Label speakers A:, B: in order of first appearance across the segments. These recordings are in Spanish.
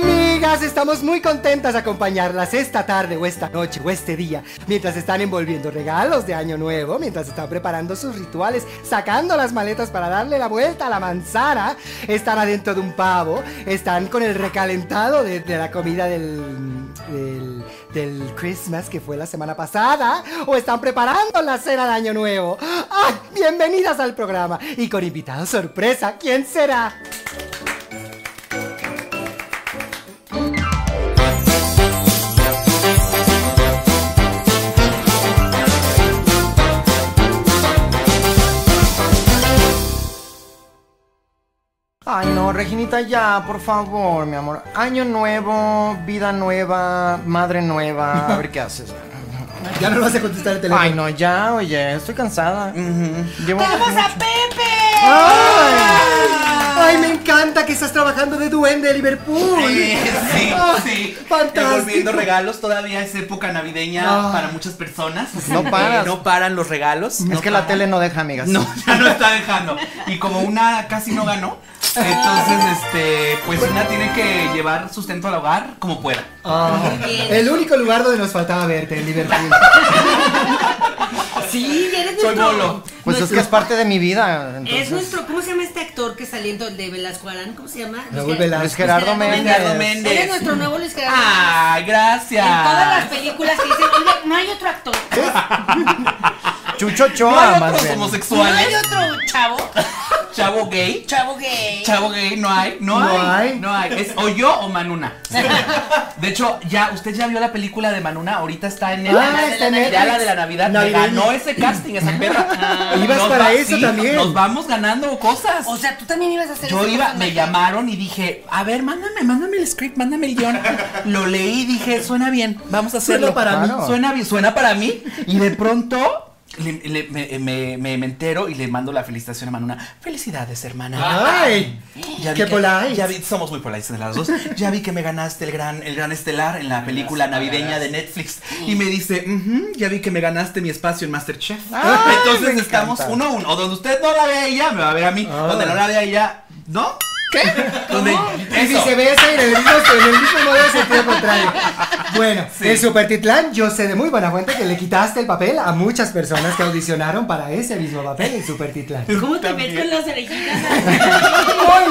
A: Además, estamos muy contentas de acompañarlas esta tarde o esta noche o este día, mientras están envolviendo regalos de Año Nuevo, mientras están preparando sus rituales, sacando las maletas para darle la vuelta a la manzana, están adentro de un pavo, están con el recalentado de, de la comida del, del, del Christmas que fue la semana pasada, o están preparando la cena de Año Nuevo. ¡Ay! Bienvenidas al programa y con invitado sorpresa, ¿quién será?
B: Ay, no, Reginita, ya, por favor, mi amor. Año nuevo, vida nueva, madre nueva. A ver qué haces.
A: Ya no lo vas a contestar el teléfono.
B: Ay, no, ya, oye, estoy cansada. Llevo-
C: ¡Tenemos a Pepe!
A: ¡Ay, me encanta que estás trabajando de duende de Liverpool!
D: Sí, sí,
A: Ah,
D: sí.
A: fantástico.
D: Envolviendo regalos, todavía es época navideña
A: Ah.
D: para muchas personas.
B: No
D: Eh,
B: paras.
D: no paran los regalos.
B: Es que la tele no deja, amigas.
D: No, ya no está dejando. Y como una casi no ganó, entonces, este, pues una tiene que llevar sustento al hogar como pueda.
A: Ah, el único lugar donde nos faltaba verte, en Liverpool.
C: Sí, ya eres
D: Soy
C: nuestro.
D: bolo.
B: Pues es
C: nuestro-
B: que es parte de mi vida. entonces.
C: Es nuestro, ¿cómo se llama este actor que saliendo de Velasco Arán? ¿Cómo se llama?
A: Raúl
C: Ger-
A: Velasco.
B: Luis Gerardo
C: Gerardo
B: Méndez.
D: Gerardo Méndez. Ah,
C: Él es nuestro nuevo Luis Gerardo.
D: Ay, gracias.
C: En todas las películas que dicen, oye, no hay otro actor.
B: Chucho
D: No
B: Choa,
D: hay
B: más
D: otros
B: bien.
C: No hay
D: homosexuales.
C: otro chavo.
D: Chavo gay.
C: Chavo gay.
D: Chavo gay, no hay, no,
A: No
D: hay,
A: hay.
D: No hay. Es o yo o Manuna. De hecho, ya, usted ya vio la película de Manuna, ahorita está en el.
A: Ah,
D: ya
A: está en
D: ya
A: Netflix.
D: la de la Navidad. Me
A: Navideña.
D: ganó ese casting, esa perra.
A: Ibas
D: Nos
A: para eso también.
D: Nos vamos ganando cosas.
C: O sea, tú también ibas a hacer
D: yo
C: esa
D: iba,
C: cosa,
D: me
C: Marta.
D: llamaron y dije, a ver, mándame, mándame el script, mándame el guión. Lo leí y dije, suena bien, vamos a hacerlo.
A: Suena para
B: mí. Claro.
D: Suena bien, suena para mí. Y de pronto le- le- me, me- me- me entero y le mando la felicitación a Manuna. Felicidades, hermana.
A: ¡Ay!
D: Ya vi
A: ¡Qué
D: que-
A: polite!
D: Ya vi, somos muy polites de las dos. Ya vi que me ganaste el gran, el gran estelar en la película navideña de Netflix. Y me dice, "Ujú, ya vi que me ganaste mi espacio en Masterchef.
B: Ay,
D: Entonces
B: me
D: estamos
B: encanta.
D: uno a uno. O donde usted no la ve a ella, me va a ver a mí.
E: Ah.
A: Ay.
D: Donde no la ve a ella, ¿no? ¿Qué? Donde,
A: Y
D: eso.
A: viceversa y regresas en el mismo modo de sentido contrario. Bueno,
D: Sí.
A: en Supertitlán yo sé de muy buena fuente que le quitaste el papel a muchas personas que audicionaron para ese mismo papel en Supertitlán.
C: ¿Cómo te
D: También.
C: ves con las orejitas?
A: Muy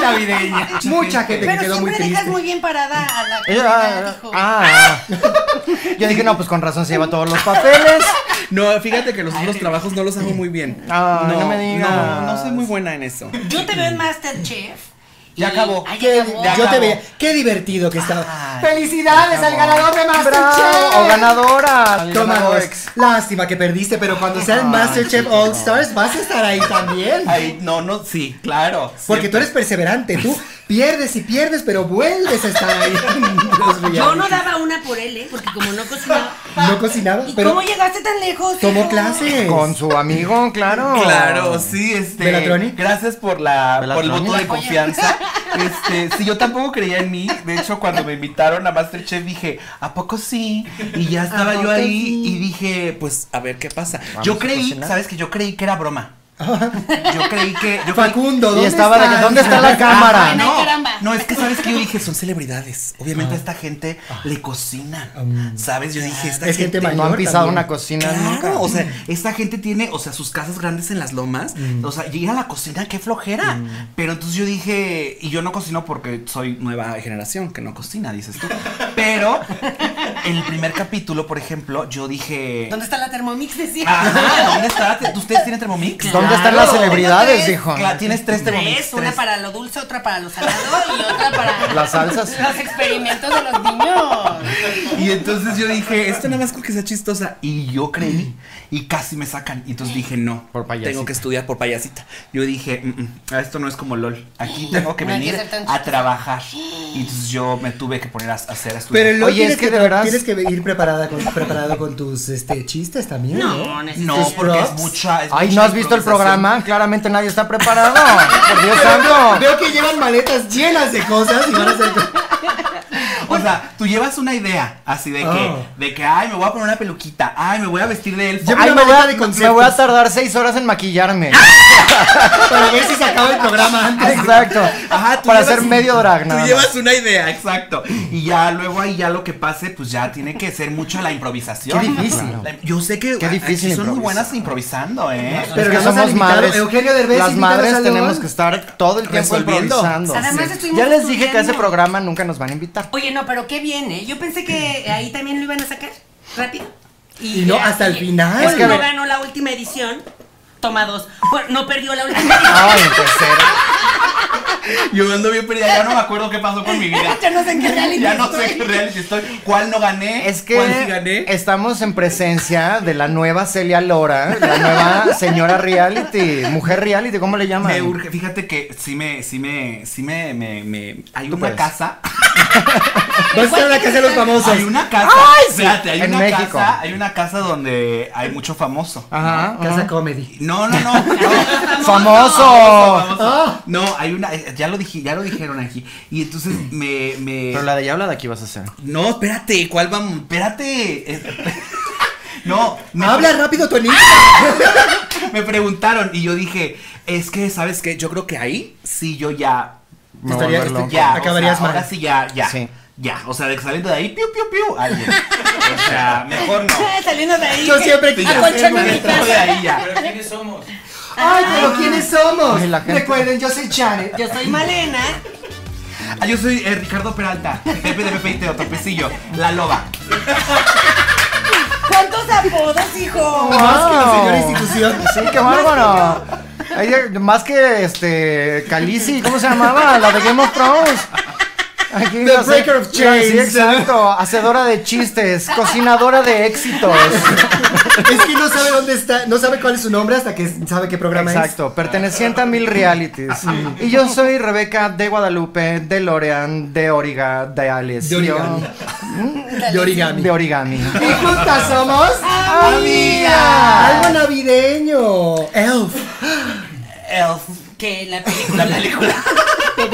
A: navideña. Mucha gente que
C: Pero
A: quedó muy
C: siempre dejas
A: triste.
C: muy bien parada a la
B: Eh,
C: comunidad,
B: ah,
C: dijo.
B: ah, ah. Yo dije, no, pues con razón se lleva todos los papeles.
E: No, fíjate que los otros trabajos no los hago muy bien.
B: Ay, no me digas.
E: No, no soy muy buena en eso.
C: Yo te veo en Masterchef.
D: Ya
C: y-
D: acabó.
C: Ay,
A: Qué-
C: ya
A: yo
C: acabó.
A: te
D: acabó.
A: veía. Qué divertido que estaba.
D: Ay,
A: ¡Felicidades al ganador de Masterchef!
B: Bravo, o ganadora. al
A: Toma
B: ganador.
A: dos. Lástima que perdiste, pero cuando sea el Masterchef All Stars vas a estar ahí también.
D: Ay, no, no, sí, claro.
A: Porque tú eres perseverante, tú pierdes y pierdes, pero vuelves a estar ahí. Los
C: Yo no
A: realities.
C: daba una por él, ¿eh? Porque como no cocinaba.
A: No cocinaba,
C: ¿Y
A: pero
C: cómo llegaste tan lejos?
A: tomó
C: hijo?
A: clases.
B: Con su amigo, claro.
D: Claro, sí, este.
A: ¿Velatroni?
D: Gracias por la por el
B: ¿Velatroni?
D: voto de
B: Oye.
D: confianza. Este, sí, yo tampoco creía en mí. De hecho, cuando me invitaron a Masterchef dije, ¿a poco sí? Y ya estaba yo
A: poco
D: ahí
A: sí?
D: y dije, pues a ver qué pasa.
B: Vamos
D: yo
B: a
D: creí,
B: cocinar.
D: ¿sabes que Yo creí que era broma. Yo creí que. Yo creí-
A: Facundo, ¿dónde
B: Y estaba de que,
A: estás?
B: ¿dónde está la
D: Ah,
B: cámara?
C: Ay, caramba.
D: no, no, es que sabes que yo dije, son celebridades.
B: Ah.
D: Obviamente a esta gente le cocinan. ¿Sabes? Yo dije, esta
A: Es gente
B: No han
A: mayor
B: pisado
A: también.
B: una cocina nunca.
D: Claro, o sea, esta gente tiene, o sea, sus casas grandes en las lomas,
C: Mm.
D: o sea, y ir a la cocina, qué flojera. Pero entonces yo dije, y yo no cocino porque soy nueva generación, que no cocina, dices tú. Pero en el primer capítulo, por ejemplo, yo dije,
C: ¿Dónde está la Thermomix? Decía.
D: Ajá, ¿dónde está? la te- ¿Ustedes tienen Thermomix?
B: ¿Dónde están las celebridades? Dijo.
D: Claro, tienes tres Thermomix.
C: Tres, una
D: tres.
C: para lo dulce, otra para lo salado y otra para
B: Las salsas.
C: los experimentos de los niños.
D: Y entonces yo dije, esto nada más con que sea chistosa. Y yo creí y casi me sacan. Y entonces dije, no,
B: Por payasita.
D: tengo que estudiar por payasita. Yo dije, "Mm, mm, esto no es como LOL. Aquí tengo que
C: No hay que
D: venir
C: ser tan
D: a
C: chistosa".
D: trabaor. Y entonces yo me tuve que poner a hacer a estudiar.
A: Pero luego
B: Oye,
A: tienes
B: es que de veras-
A: tienes que ir preparada con, preparado con tus este, chistes también. ¿eh? No,
D: no,
A: tus
D: porque es
A: props.
D: mucha. es
B: Ay,
D: mucha
B: ¿no has visto el
D: improvisación.
B: programa? Claramente nadie está preparado. Por Dios santo.
A: Veo que llevan maletas llenas de cosas y van a hacer.
D: O sea, tú llevas una idea así de que,
A: Oh.
D: de que, ay, me voy a poner una peluquita, ay, me voy a vestir de elfo.
A: Lleva
D: ay,
A: una
D: me voy a-
A: maleta de
B: Me voy a
A: conceptos
B: tardar seis horas en maquillarme.
A: para ver si se acaba el programa antes.
B: Exacto.
D: Ajá, tú
B: Para
D: llevas
B: hacer
D: un-
B: medio drag, nada
D: Tú
B: más.
D: llevas una idea, exacto. Y ya luego ahí ya lo que pase, pues ya tiene que ser mucho la improvisación.
B: Qué difícil.
D: La- Yo sé que
B: Qué difícil
D: aquí son muy
B: improvisar.
D: buenas improvisando, ¿eh?
A: Pero
B: que
A: no nos ha
B: somos
A: invitado
B: madres.
A: Eugenio Derbez,
B: Las
A: invítanos
B: madres
A: al
B: tenemos
A: León.
B: que estar todo el tiempo
D: Resolviendo.
B: improvisando.
C: Además,
B: Sí.
C: estuvimos
B: Ya les dije que a ese
C: estudiando.
B: programa nunca nos van a invitar.
C: Oye, no, pero qué bien, ¿eh? Yo pensé que ahí también lo iban a sacar rápido.
A: Y no,
C: ya,
A: hasta el
C: y-
A: final.
C: Pues
B: Es que a
C: no
B: ver-
C: ganó la última edición. Toma dos. Bueno, no perdió la última edición.
A: Ah.
B: Ay, pues era.
D: Yo ando bien perdida, ya no me acuerdo qué pasó con mi vida.
C: Ya no sé en qué reality
D: Ya no sé
C: estoy.
D: en qué reality estoy. ¿Cuál no gané?
B: Es
D: ¿Cuál sí
B: que
D: gané?
B: estamos en presencia de la nueva Celia Lora, la nueva señora reality, mujer reality, ¿cómo le llaman?
D: Me urge, fíjate que sí me, sí me, sí me, me, me- hay
B: Tú
D: una
B: puedes.
D: casa,
A: Vas a estar en la casa de los famosos.
D: hay una casa,
B: ¡Ay, sí!
D: espérate, hay
B: En
D: una
B: México.
D: casa, hay una casa donde hay mucho famoso.
B: Ajá.
A: Casa
B: ajá.
A: Comedy.
D: No, no, no, no.
B: Famoso.
A: Ah.
D: No, hay una, eh, ya lo dije, ya lo dijeron aquí. Y entonces me, me.
B: Pero la de ya habla de aquí vas a hacer.
D: No, espérate, ¿cuál vamos? Espérate. es- No, me,
A: Habla rápido, Tonito.
D: me preguntaron y yo dije, es que, ¿sabes qué? Yo creo que ahí sí yo ya.
B: Me
A: Estaría- este
B: voy a volver loco.
D: Ya.
A: Acabarías
D: o sea,
A: mal.
D: Ahora sí ya, ya.
B: Sí.
D: Ya. O sea, de que saliendo de ahí, piu, piu, piu. Alguien. O sea, mejor no.
C: Saliendo de ahí.
A: Yo
C: que-
A: siempre quise ser
C: Acolchame mi
A: maestra.
D: Dentro de
C: casa.
D: ahí ya.
F: Pero ¿quiénes somos?
A: Ay, pero ¿quiénes somos?
B: Ay, la gente.
A: Recuerden, yo soy Janet.
C: Yo soy Malena.
D: Ah, yo soy eh, Ricardo Peralta, Pepe de Pepe y Teo Topecillo, la loba.
C: ¿Cuántos apodos, hijo?
A: Más que la
B: Wow.
A: señora institución.
B: Sí, qué bárbaro. Ay, de- Más que este Calici, ¿cómo se llamaba? La de Game of Thrones.
A: The
B: Aquí la sé-
A: Breaker of
B: Sí, Sí,
A: Chains.
B: exacto. Hacedora de chistes, cocinadora de éxitos.
A: Es que no sabe dónde está, no sabe cuál es su nombre hasta que sabe qué programa
B: Exacto, perteneciente a mil realities. Y yo soy Rebeca de Guadalupe, de Lorean, de Origa, de Alice.
A: De Origami. es. De origami.
B: De origami.
A: Y juntas somos
B: Amigas.
A: Algo navideño. Elf.
D: Elf.
C: Que la película.
D: La película.
B: Oye,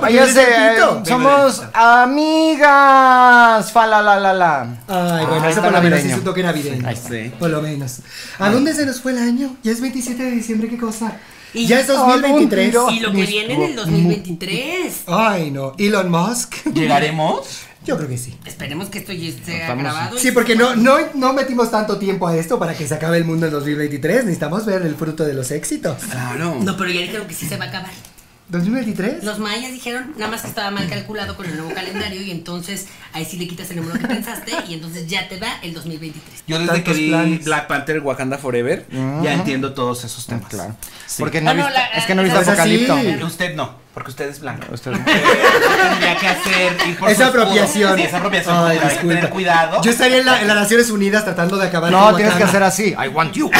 A: Oye,
B: ese, eh,
A: Tito.
B: somos amigas. Fa la la la la.
A: Ay, bueno,
B: Ah,
A: eso
B: está
A: por lo menos
B: navideño.
A: es un toque navideño.
B: Ahí
G: sí.
A: Por lo menos. ¿A dónde se nos fue el año? Ya es 27 de diciembre, qué cosa.
C: Y-
A: ya es
B: Algún
A: 2023.
B: tiro.
C: Y lo que viene en el 2023.
A: Ay, no. Elon Musk.
D: ¿Llegaremos?
A: Yo creo que sí.
C: Esperemos que esto ya esté
B: Estamos-
C: grabado. y-
A: Sí, porque no, no, no metimos tanto tiempo a esto para que se acabe el mundo en 2023. Necesitamos ver el fruto de los éxitos.
G: Claro.
C: No, pero ya dijeron que sí se va a acabar.
A: ¿2023?
C: Los mayas dijeron nada más que estaba mal calculado con el nuevo calendario y entonces ahí sí le quitas el número que pensaste y entonces ya te va el 2023.
D: Yo desde que
A: Tantos
D: vi
A: planes.
D: Black Panther Wakanda Forever, ya entiendo todos esos temas.
B: Ah, Claro.
D: Sí.
B: Porque no,
C: Ah,
B: he
C: no,
B: visto-
C: la-
B: es que no he
C: la-
B: visto
A: esa sí.
B: Apocalipto.
D: Usted no, porque usted es blanca.
B: Usted-
D: Tendría que hacer. ir por
A: Es
D: su escudo.
A: apropiación.
D: Sí, es apropiación.
A: Ay,
D: Hay que
A: disculpa.
D: tener cuidado.
A: Yo estaría en, la- en las Naciones Unidas tratando de acabar
B: No,
A: con
B: tienes que
A: Wakanda.
B: hacer así. I want you.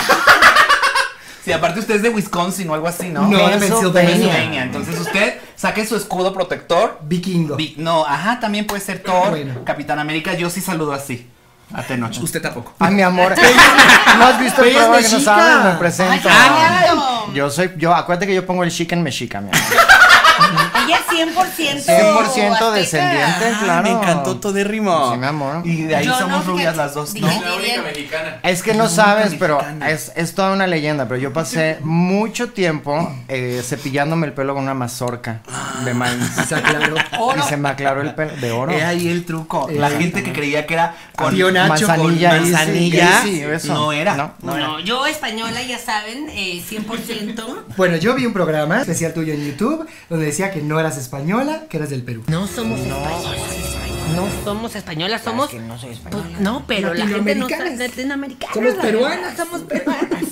D: Sí, aparte usted es de Wisconsin o algo así, ¿no?
A: No, de
D: Pennsylvania.
A: Pensilvania.
D: Entonces usted saque su escudo protector.
A: Vikingo.
D: Vi- No, ajá, también puede ser Thor,
A: Bueno.
D: Capitán América. Yo sí saludo así. A Tenoch.
G: Usted tampoco.
B: Ay, mi amor. ¿No has visto el
A: Ella es
B: programa que nos
A: mexica.
B: habla? Me presento.
C: Ay,
B: Yo soy, yo, acuérdate que yo pongo el chic en mexica, mi amor.
C: Ella es 100%
B: 100%
C: azteca.
B: descendiente,
G: Ay,
B: claro.
G: Me encantó todo de ritmo.
B: Sí, mi amor.
D: Y de ahí
C: Yo no,
D: somos
C: fíjate,
D: rubias las dos, ¿no?
F: Es
C: dije-
F: la única mexicana.
B: Es que no
D: Nunca
B: sabes, pero
D: mexicana.
B: es, es toda una leyenda. Pero yo pasé mucho tiempo eh, cepillándome el pelo con una mazorca de maíz.
A: O sea, claro.
B: Y se me aclaró el pelo de oro.
D: He ahí el truco. La gente que creía que era con
A: Tío Nacho
B: manzanilla,
A: con
B: ahí sí,
A: manzanilla.
B: ahí sí, eso.
D: No era.
B: No, no era.
C: No, yo española, ya saben, eh, 100%.
A: Bueno, yo vi un programa especial tuyo en YouTube donde decía que no eras española, que eras del Perú.
C: No somos españolas. No somos españolas, somos.
B: que no soy española.
C: Pues, no, pero la gente no sabe.
A: Latinoamericanas.
C: Latinoamericanas.
A: Somos
C: la
A: peruanas.
C: verdad, Somos peruanas.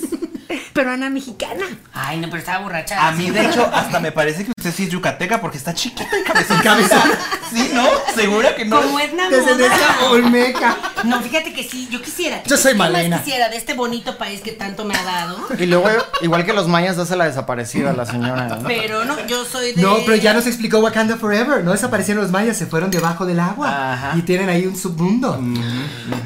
C: Peruana mexicana. Ay, no, pero estaba borracha.
D: A mí, de hecho, hasta me parece que usted sí es yucateca porque está chiquita y cabezón.
A: Cabeza.
D: Sí, ¿no? Segura que no.
C: Como es
A: Descendencia
C: Namoda.
A: olmeca.
C: No, fíjate que sí, yo quisiera.
A: Yo soy
C: ¿Qué más
A: Malena.
C: quisiera de este bonito país que tanto me ha dado?
B: Y luego, igual que los mayas, hace la desaparecida la señora. ¿no?
C: Pero no, yo soy de.
A: No, pero ya nos explicó Wakanda Forever. No desaparecieron los mayas, se fueron debajo del agua.
D: Ajá.
A: Y tienen ahí un submundo.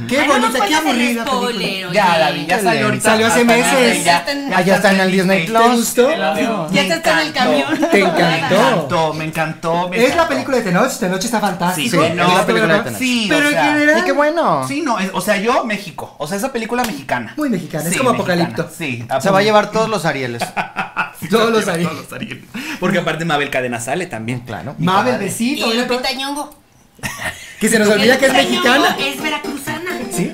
A: Qué
C: Ay, no nos
A: bonita, qué
C: pongas el
A: aburrida.
C: spoiler,
A: película.
C: oye.
D: Ya, la vi, ya salió ahorita.
A: Salió hace
D: Hasta
A: meses.
D: en- ya-
B: Ah, ya está en el Disney
A: ¿Te
B: Plus.
A: gustó?
D: Me la veo.
C: Ya está en el
D: encantó.
C: camión.
A: Te encantó.
D: Me
A: encantó.
D: encantó, me encantó. me
A: Es la
D: encantó.
A: película de Tenoch, Tenoch está
D: Sí,
A: fantástico.
B: Sí,
D: no,
B: es la película de
D: pero-
B: Tenoch.
D: sí,
A: Pero
D: o
A: en
D: sea,
A: general-
B: Y qué bueno.
D: Sí, no, es- o sea, yo México. O sea, esa película mexicana.
A: Muy mexicana, es como Apocalipto.
D: Sí.
B: Se va a llevar todos los Arieles.
A: Todos los
D: Apocalipto,
A: Ariel.
D: todos los Ariel.
H: Porque aparte Mabel Cadena sale también.
B: Claro.
A: Mabel
C: Y
A: Besito, una-
C: Lupita Ñongo.
A: que se nos olvida que es
C: Lupita Nyong'o
A: mexicana.
C: Es veracruzana.
A: ¿Sí?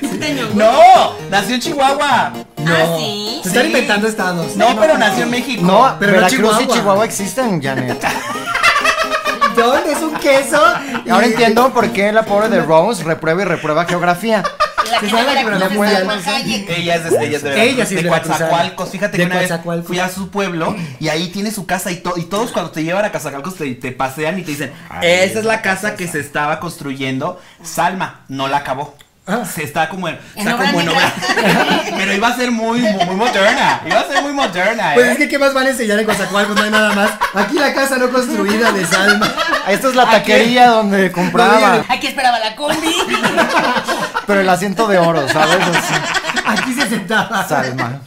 C: Lupita Nyong'o.
D: No, nació en Chihuahua.
A: No.
C: Ah, sí.
A: Se están
D: Sí.
A: inventando estados.
D: No, pero nació en México.
B: No,
A: pero
B: pero
A: no
B: Veracruz y
A: Chihuahua.
B: Chihuahua existen, Janet.
A: ¿Dónde es un queso?
B: Y Ahora entiendo por qué la pobre de Rose reprueba y reprueba geografía.
C: La que
A: Se sabe
C: de
A: la que
C: Veracruz
A: me la
C: es
A: mueve.
C: Salma Hayek.
D: Ella es de, ella es de Veracruz,
A: Ella sí es
D: de
A: veracruzana.
D: Coatzacoalcos. Fíjate que
A: De
D: una vez
A: Coatzacoalcos.
D: fui a su pueblo y ahí tiene su casa y, to- y todos cuando te llevan a Coatzacoalcos te, te pasean y te dicen, esa es la casa que se estaba construyendo. Salma no la acabó.
A: Ah.
D: Se está como en,
C: En
D: está
C: obra
D: como en
C: negra.
D: obra- Pero iba a ser muy, muy, muy moderna. Iba a ser muy moderna.
A: Pues
D: ¿eh?
A: es que, ¿qué más van a enseñar en Coatzacoalcos? No hay nada más. Aquí la casa no construida de Salma.
B: Ah, Esta es la taquería donde compraba,
C: Aquí esperaba la combi.
B: pero el asiento de oro, ¿sabes? Así,
A: Aquí se sentaba.
B: Salma.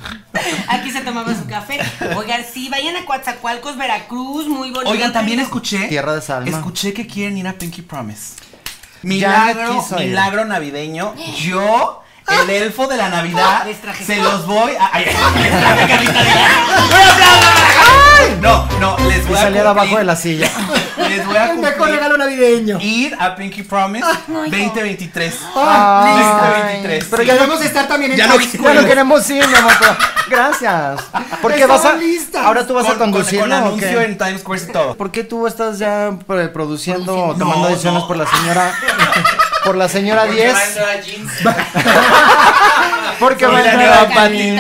C: Aquí se tomaba su café. Oigan, sí, vayan a Coatzacoalcos, Veracruz, muy bonito.
D: Oigan, también escuché.
B: Tierra de Salma.
D: Escuché que quieren ir a Pinky Promise.
B: Ya
D: Milagro,
B: quiso ir.
D: milagro navideño. Yo, el elfo de la Navidad,
C: Les traje.
D: se los voy a. Ay, les traje carnita de gas. ¡Un aplauso para Gaby! No, no, les
B: Y
D: voy a.
B: salía de
D: cumplir-
B: abajo de la silla.
D: Les voy a
A: El mejor
D: cumplir
A: regalo navideño.
D: ir a Pinky Promise 2023.
A: Ah,
B: Ay,
D: 2023.
A: Pero ya vamos a estar también en
H: Ya no
A: Jalisco.
B: Ya no queremos ir, mi amor, pero- Gracias. Porque
A: Estamos
B: vas a.
A: listas.
B: Ahora tú vas a
D: Con- con-
B: conducir,
D: Con,
B: ¿no? ¿O
D: anuncio
B: qué?
D: en Times Square y todo.
B: ¿Por qué tú estás ya pre- produciendo o tomando
D: No,
B: decisiones
D: no.
B: por la señora. Por la señora 10? Porque va a
D: Mira,
B: entrar
D: mira,
B: a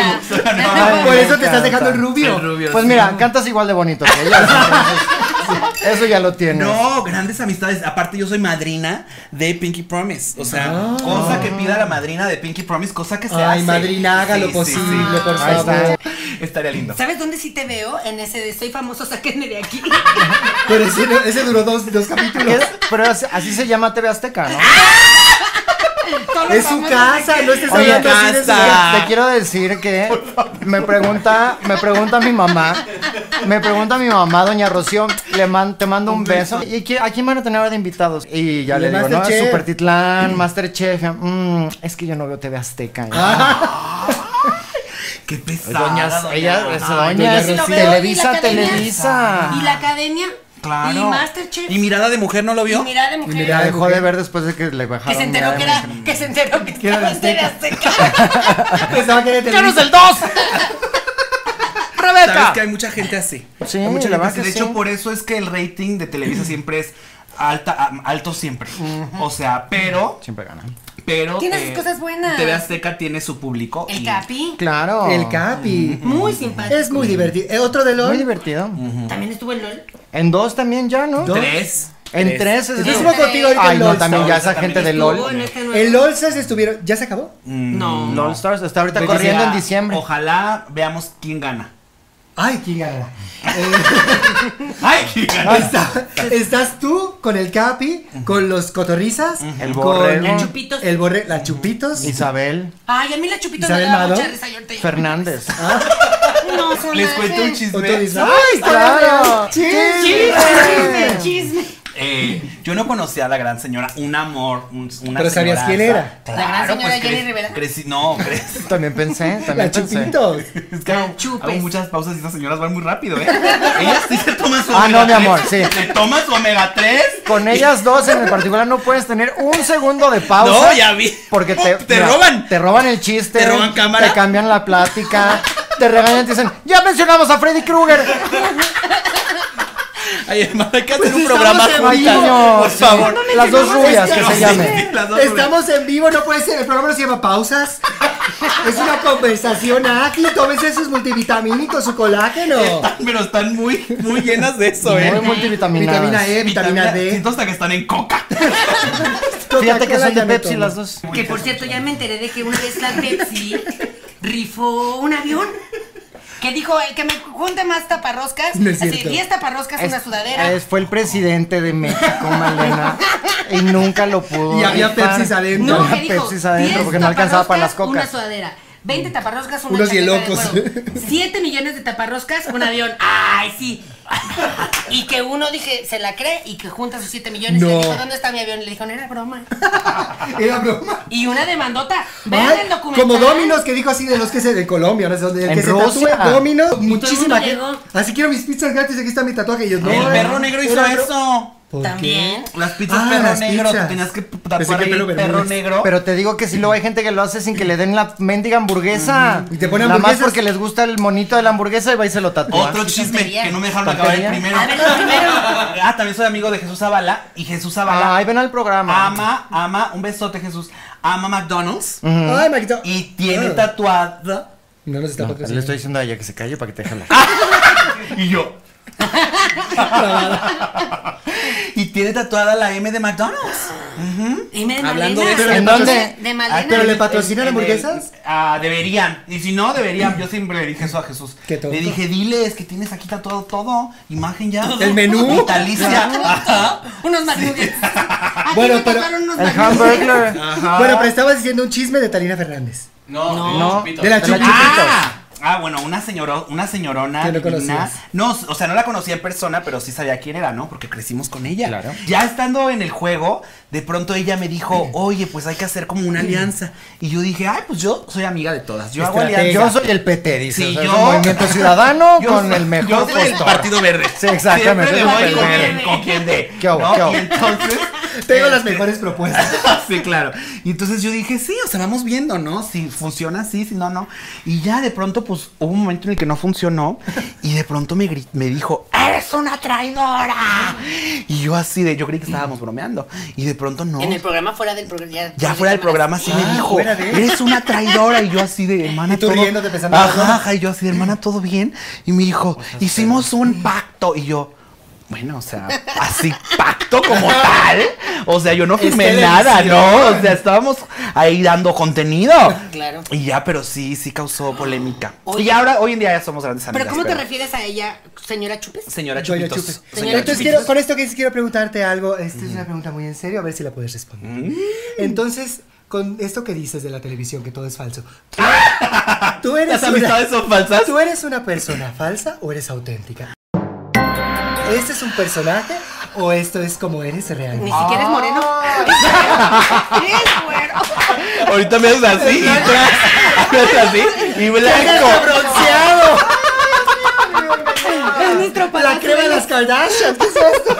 D: Pati.
C: Carnita.
D: No,
A: Por eso te estás
B: Ay, me
A: dejando el
B: encanta.
A: rubio.
B: Pues mira, cantas igual de bonito que ella. entonces, Eso ya lo tienes.
H: No, grandes amistades. Aparte, yo soy madrina de Pinky Promise. O sea,
D: Cosa que pida la madrina de Pinky Promise, cosa que se hace.
A: Ay, madrina, haga lo
D: Sí, sí,
A: posible, por
B: Ahí está.
A: favor.
D: sí. Estaría lindo.
C: ¿Sabes dónde sí te veo? En ese de soy famoso, sáquenme de aquí.
A: Pero ese, no- ese duró dos, dos
B: ¿Qué
A: capítulos.
B: es? Pero así, así se llama TV Azteca, ¿no?
C: Todos los
A: Es su
C: famosos
A: casa,
C: aquí.
A: no estés
B: Oye,
A: hablando así de su
H: casa.
B: Te quiero decir que me pregunta, me pregunta mi mamá, me pregunta mi mamá, doña Rocío, le man- te mando un, beso. ¿Y qui- a quién van a tener ahora de invitados? Y ya
A: Y
B: le
A: el
B: digo, ¿no?
A: Masterchef.
B: Supertitlán, Masterchef. mm, es que yo no veo TV Azteca. ¿eh?
A: Ah,
D: Qué pesada.
B: Doña, ella es
D: Ah,
B: doña,
A: doña
B: es
A: Rocío.
C: ¿Y
B: Televisa,
C: la academia?
B: Televisa.
C: Y la academia.
D: Claro.
C: Y Masterchef.
H: ¿Y mirada de mujer no lo
C: Y
H: vio?
C: mirada de mujer.
A: Mirada
B: La
A: de
B: dejó de ver después de que le bajaron.
C: que se enteró
B: ya
C: que
B: de-
C: era. Que se enteró que
A: era de
C: estaba en TV Azteca.
A: Pensaba que era de
B: ¡Carlos
A: Televisa.
B: del 2!
H: Sabes
B: ¡Rebeca!
H: que hay mucha gente así.
B: Sí,
H: hay mucha gente
B: la verdad
H: así.
B: que
D: de
B: sí.
D: hecho, por eso es que el rating de Televisa siempre es alta, a- alto siempre. O sea, pero,
B: Siempre gana.
D: pero.
C: Tiene
D: eh,
C: sus cosas buenas.
D: TV Azteca tiene su público.
C: El
D: y-
C: Capi.
B: Claro.
A: El Capi.
C: Muy simpático.
A: Es muy divertido. Eh, Otro de los.
B: Muy divertido.
C: También estuvo el LOL.
B: En dos también ya, ¿no?
A: Dos.
D: Tres.
B: En tres. es-
A: Yo estuve
C: Este-
A: contigo ahorita
B: Ay,
A: en
B: no,
A: LOL
B: también ya
A: Stars.
B: esa gente de
C: Estuvo
B: LOL.
C: en este nuevo-
A: El Olsas estuvieron. ¿Ya se acabó?
C: No.
B: LOL Stars está ahorita
D: Pues
B: corriendo
D: ya,
B: en diciembre.
D: Ojalá veamos quién gana.
A: Ay, ¿quién ganará?
B: Ah.
D: ¡Ay, quién gana!
A: Eh, Está- estás tú con el Capi, con los cotorrizas,
B: El
A: con
B: borrego.
C: Chupitos.
A: el borre, la chupitos.
B: Isabel
C: Ay, a mí la chupita me
A: ¿Isabel
C: daba
A: Mado?
C: mucha risa. yo ahorita ya-
B: Fernández.
C: No, son
D: Les cuento un
A: Ah. Otro
D: chisme.
A: dice, ¡Ay, claro!
B: ¡Chisme!
C: Chisme, chisme.
D: Eh, yo no conocía a la gran señora, un amor, un- una
A: Pero sabías
D: señoraza.
A: quién era.
D: Claro,
C: La gran señora Jenny
D: cre-
C: Rivera.
D: crecí- no, crecí-
B: También pensé,
A: La
B: también pensé.
A: chupitos.
D: Es que hago,
C: Chupes.
D: hago muchas pausas y estas señoras van muy rápido, ¿eh? Ellas sí se toman su
B: Ah,
D: omega
B: no, mi
D: 3,
B: amor, sí.
D: Se toman su omega 3.
B: Con ellas dos en el particular no puedes tener un segundo de pausa.
H: No, ya vi.
B: Porque
D: Oh,
B: te,
H: Te
B: mira,
H: roban.
B: Te roban el chiste.
H: Te roban cámara.
B: Te cambian la plática. Te regañan y te dicen, ya mencionamos a Freddy Krueger.
H: Ay, hermano, hay que
B: Pues
H: hacer un
A: estamos
H: programa
A: en
H: juntas.
B: vivo.
H: Por
B: Sí.
H: favor.
B: Las dos
A: mencionamos el
B: rubias que se
A: nombre.
B: llamen.
D: Las dos
A: Estamos en vivo, no puede ser. El programa no se llama Pausas. Es una conversación ágil. Tómense sus multivitamínicos, su
B: Eh,
A: colágeno.
D: Están, pero están muy, muy llenas de eso,
B: Muy
D: ¿eh?
B: multivitamina.
A: Vitamina E, vitamina D.
D: Siento hasta que están en coca.
B: Fíjate que
A: Coca-Cola
B: son de
A: ya me
B: Pepsi
A: tomo.
B: las dos.
C: Que por cierto, ya me enteré de que una vez la Pepsi rifó un avión. Que dijo, el que me junte más taparroscas,
A: No es
C: así,
A: cierto.
C: 10 taparroscas, una
B: Es-
C: sudadera.
B: es- fue el presidente de México, Malena. y nunca lo pudo.
A: Y había
B: rifar.
A: Pepsis adentro.
C: no,
B: Había
C: que dijo,
B: Pepsis adentro
C: 10
B: porque no alcanzaba para las
C: taparroscas, Una
B: cocas.
C: sudadera. 20 taparroscas, una
A: Unos
C: chaqueta de
A: hielocos.
C: cuero, 7 millones de taparroscas, un avión. Ay, sí. Y que uno dije, se la cree y que junta sus 7 millones.
A: No.
C: Le dijo, ¿dónde está mi avión? Y le dijo, no era broma.
A: Era broma.
C: Y una demandota. Vean
A: Ay,
C: el documental.
D: ¿eh?
A: Como Dominos que dijo así de los que se de Colombia, no sé dónde, el
B: En
A: que se
B: Rusia.
A: tatúa Dominos,
C: mundo
A: muchísima gente.
C: llegó.
A: Así quiero mis pizzas gratis, aquí está mi tatuaje. Y yo, no,
D: El
A: eh,
D: perro negro hizo
A: era bro-
D: eso.
A: ¿Por qué?
C: También.
D: Las pizzas
A: Ah,
D: perro
A: las
D: negro.
A: pizzas.
D: Te tenías que
A: Pensé
D: tapar
A: que
D: ahí
A: pelo
D: perro,
A: Bermúdez.
D: negro.
B: Pero te digo que sí lo hay gente que lo hace sin que le den la mendiga hamburguesa.
A: Y te pone
B: Nada más
A: hamburguesas.
B: porque les gusta el monito de la hamburguesa y va y se lo tatúa.
D: Otro
C: qué
D: chisme
C: tontería.
D: que no me dejaron acabar el
B: Tontería.
D: primero.
C: A ver, el primero.
D: Ah, también soy amigo de Jesús Zavala. Y Jesús Zavala
B: Ay, Ah, ven al
A: Ah,
B: programa.
D: ama, ama, un besote, Jesús. Ama McDonald's.
A: Ay, Maquito.
D: Y tiene
A: Mm. Ah.
D: tatuada.
A: No nos está
B: No, le
A: patrocinando.
B: estoy diciendo a ella que se calle para que te deje hablar.
A: Ah,
D: Y yo. y tiene tatuada la M de McDonald's.
C: Y me de
A: Hablando de-
C: Malena.
A: Pero
B: ¿En dónde?
C: De
D: Ah,
C: Malena.
A: pero le-
D: en-
A: patrocinan
D: en- en-
A: hamburguesas?
D: Ah, deberían. Y si no, deberían. Yo siempre le dije eso a Jesús.
A: Qué tonto.
D: Le dije, diles que tienes aquí tatuado todo. Imagen ya.
A: ¿El menú? Ah,
D: Vitalicia. Ajá.
C: Unos McNuggets. Aquí
A: Bueno,
C: me
A: pero-
C: tocaron unos
B: El
C: McNuggets.
B: hamburger.
D: Ah.
A: Bueno, pues, pero estabas diciendo un chisme de Talina Fernández.
I: No,
B: No.
I: de los chupitos.
A: De la
B: De la
A: chupita.
D: Ah, ah, bueno, una, señoro- una señorona
A: Que no
D: divina.
A: conocías.
D: No, o sea, no la conocía en persona, pero sí sabía quién era, ¿no? Porque crecimos con ella.
B: Claro.
D: Ya estando en el juego, de pronto ella me dijo, oye, pues hay que hacer como una alianza. Y yo dije, ay, pues yo soy amiga de todas. Yo hago
A: Estratega.
D: alianza.
B: Yo soy el PT, dice.
D: Sí,
B: o sea, es
D: yo-
B: un ¿eh? movimiento ciudadano
D: Yo
B: con
D: soy-
B: el mejor
D: yo soy del
B: postor.
D: Partido Verde.
B: Sí, exactamente,
D: Siempre
B: yo
D: me
B: soy
D: voy
B: del
D: con
B: Partido
D: quien,
C: Verde.
D: con quien de.
B: ¿Qué hago?
D: ¿no?
B: ¿Qué hago?
D: Y entonces. Este, eh,
A: Tengo las mejores propuestas.
D: sí, claro. Y entonces yo dije, sí, o sea, vamos viendo, ¿no? Si funciona, sí, si no, no. Y ya de pronto, pues hubo un momento en el que no funcionó y de pronto me, gri- me dijo, eres una traidora. Y yo así de, yo creí que estábamos bromeando. Y de pronto no.
C: En el programa fuera del programa. Ya,
D: Ya fuera del programa sí
A: Ah,
D: me dijo,
A: fuera de-
D: eres una traidora. Y yo así de, hermana,
A: Y tú riéndote pensando, Pues
D: Ajá,
A: "Ah".
D: ajá, y yo así de, hermana, ¿todo bien? Y me dijo, hicimos un pacto. Y yo, bueno, o sea, así pacto como tal. O sea, yo no firmé
A: Es
D: nada,
A: televisión.
D: ¿no? O sea, estábamos ahí dando contenido.
C: Claro.
D: Y ya, pero sí, sí causó polémica.
C: Oye.
D: y ahora, hoy en día ya somos grandes amigas.
C: ¿Pero cómo te refieres a ella, señora Chupes?
D: Señora
A: Doña
D: Chupitos.
A: Chupe.
C: Señora
A: Entonces
C: Chupitos.
A: quiero, con esto que sí quiero preguntarte algo, esta es una pregunta muy en serio, a ver si la puedes responder. Entonces, con esto que dices de la televisión, que todo es falso, ¿tú, tú eres
D: Las amistades son falsas.
A: ¿tú eres una persona falsa o eres auténtica? ¿Este es un personaje o esto es como eres
C: Ni
A: realmente?
C: siquiera es moreno. es güero.
D: Ahorita me haces así y tras, haces así y blanco.
A: bronceado!
C: Es nuestro
A: La crema de las Kardashian, ¿qué es esto?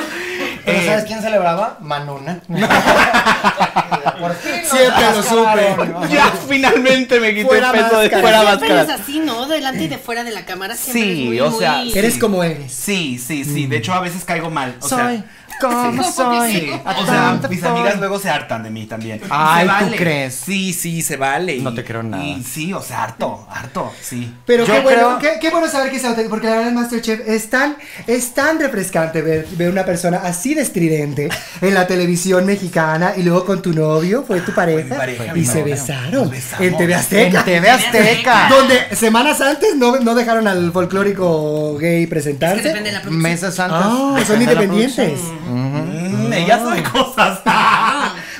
B: ¿Pero sabes quién celebraba? Manona. Por fin nos
A: Siempre lo
B: sacaron.
A: supe.
D: Ya finalmente me quité
A: Fuera
D: el peso de
A: máscara.
D: fuera
C: Pero es
D: máscara.
C: así, ¿no? Delante y de fuera de la cámara siempre
D: Sí,
C: es muy,
D: o sea,
C: muy-
A: Eres como eres.
D: Sí, sí, sí. De hecho, a veces caigo mal. O
B: Soy
D: sea,
B: como
C: Sí.
B: soy.
C: Sí.
B: a
D: o sea,
B: tanto
D: mis
B: soy.
D: amigas luego se hartan de mí también.
B: Ay,
D: Se
B: ¿tú crees?
D: Sí, sí, se vale.
B: No
D: Y-
B: te creo nada.
D: y sí, o sea, harto, harto, sí.
A: Pero
B: Yo
A: qué bueno,
B: creo-
A: qué, qué bueno saber que es auténtico, porque la verdad Masterchef es tan, es tan refrescante ver, ver una persona así de estridente en la televisión mexicana y luego con tu novio, fue tu pareja,
D: pareja,
A: y
D: mi
A: se
D: novio.
A: besaron
D: Nos besamos.
A: en TV Azteca.
B: En TV Azteca.
A: Donde semanas antes no, no dejaron al folclórico gay
C: Es que
A: presentarse.
C: depende de la producción.
B: Meses antes.
A: Ah,
B: de
A: son
B: tener la
A: independientes.
D: Mm, ella sabe cosas.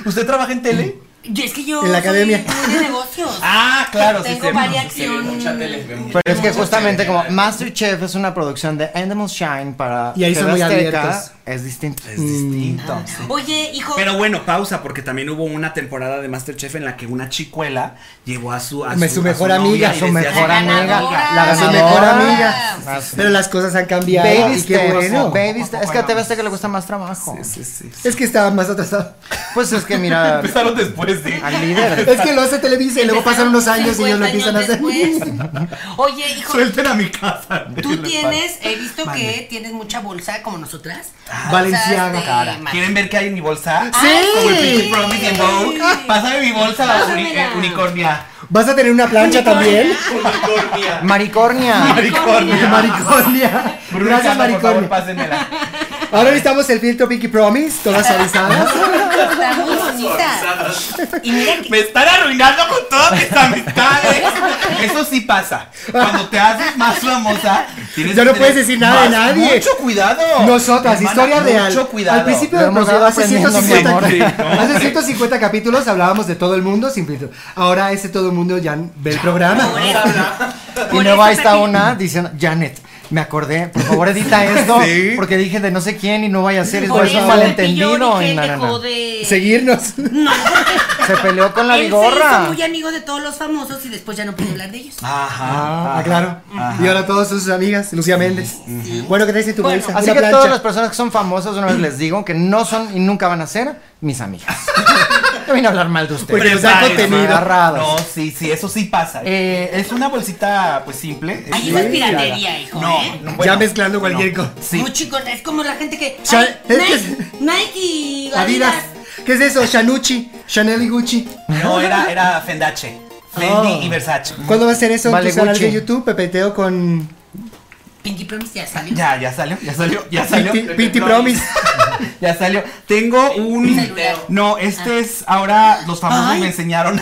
D: ¿Usted trabaja en tele?
C: Yo es que yo
A: En la
C: soy
A: academia.
C: muy de negocios.
D: Ah, claro, sí,
C: Tengo
D: sí.
I: Sí,
C: variación.
I: mucha tele, ve mucha
B: Pero es que
I: tele.
B: justamente como Masterchef es una producción de Animal Shine para
A: Y ahí son
B: TV
A: muy
B: Azteca,
A: abiertos.
B: es distinto.
D: Es distinto.
C: Mm.
D: sí.
C: Oye, hijo.
D: Pero bueno, pausa, porque también hubo una temporada de Masterchef en la que una chicuela llevó a su. A
A: Me- su mejor amiga,
D: novia y
A: su
D: decía,
A: mejor
D: "Ay,
C: amiga,
D: ganadora".
C: la
A: A su
C: ganadora.
A: mejor
C: amiga.
A: amiga. Pero las cosas han cambiado.
B: Baby
A: y qué
B: steps,
A: bueno.
B: baby steps. Es que a TV Azteca le cuesta más trabajo.
D: Sí, sí, sí.
A: Es que estaba más atrasado.
B: Pues es que mira,
D: Empezaron después de.
B: al líder.
A: Es que lo hace Televisa y luego pasan unos años y ellos lo
C: 50
A: empiezan a
C: años
A: hacer.
C: después. Oye, hijo.
D: Suelten a mi casa.
C: Tú tienes, he visto que tienes mucha bolsa como nosotras.
A: Valenciaga.
C: Bolsas de
A: Cara.
C: marca.
D: ¿Quieren ver qué hay en mi bolsa?
C: Sí.
D: Como el Pinky Promise en Vogue. Pásame mi bolsa uni-
C: Pásamela.
D: eh, unicornia.
A: ¿Vas a tener una plancha también?
I: Unicornia.
B: Maricornia.
D: Maricornia.
A: Maricornia.
D: Bruno
A: Gracias,
D: Cano, por favor,
A: Maricornia.
D: pásenmela.
A: Ahora necesitamos el filtro Pinky Promise, todas avisadas.
C: Está muy bonita. Y mira que
D: Me están arruinando con todas mis amistades. Eso sí pasa. Cuando te haces más famosa, tienes
A: Ya
D: que
A: no
D: tener
A: puedes decir nada de nadie.
D: Mucho cuidado.
A: Nosotras,
D: Hermana,
A: historia real.
D: Mucho cuidado.
A: Al principio
B: Lo
A: del
B: hemos
A: programa,
B: ido
A: hace
B: aprendiendo,
A: 150,
B: mi amor.
A: Sí, ¿no? hace 150 capítulos hablábamos de todo el mundo sin filtro. Ahora ese todo el mundo ya ve el programa.
C: por eso.
B: Y
C: Por
B: luego
C: eso
B: ahí está
C: Pati-
B: una diciendo, Janet, Me acordé, por favor edita esto,
D: Sí.
B: porque dije de no sé quién y no vaya a ser, es
C: Por
B: es un
C: eso
B: malentendido. y
C: Pepillo
B: na,
C: dije,
B: na, na.
C: dejó de...
A: Seguirnos.
C: No, porque
B: Se peleó con la
C: él se hizo
B: vigorra.
C: muy amigo de todos los famosos y después ya no pude hablar de ellos.
A: Ah, claro. Y ahora todos sus amigas, Lucía Méndez. Bueno, ¿qué te dice tu
C: Bueno.
A: paisa?
B: Así
A: Una
B: que
A: plancha.
B: todas las personas que son famosas, una vez les digo que no son y nunca van a ser mis amigas. Yo vine a hablar mal de ustedes.
A: Porque nos dan
D: Prepárense.
A: contenido.
B: Agarrados.
D: No, sí, sí, eso sí pasa. Eh, es una bolsita, pues simple. Es
C: Ahí no es
D: muy
C: piratería,
D: delgada.
C: hijo,
D: No,
C: ¿eh?
D: no,
A: Ya
D: bueno,
A: mezclando cualquier
D: no.
A: cosa.
D: Sí.
C: No, chicos, es como la gente que.
A: Sha-
C: ay,
A: es
C: Nike,
A: que-
C: Nike y
A: Adidas.
C: Adidas.
A: ¿Qué es eso? Shanucci, Chanel y Gucci.
D: No, era, era Fendache. Fendi
A: Oh.
D: y Versace.
A: ¿Cuándo va a ser eso
B: Vale,
A: en tu canal de
B: Gucci.
A: YouTube? Pepeteo con
C: Pinky Promise ya salió.
D: Ya, ya salió, ya salió, ya salió.
A: Pinti- Pinti Promise.
D: ya salió. Tengo un.
C: Celular.
D: No, este es. Ahora los famosos
C: Ay.
D: me enseñaron.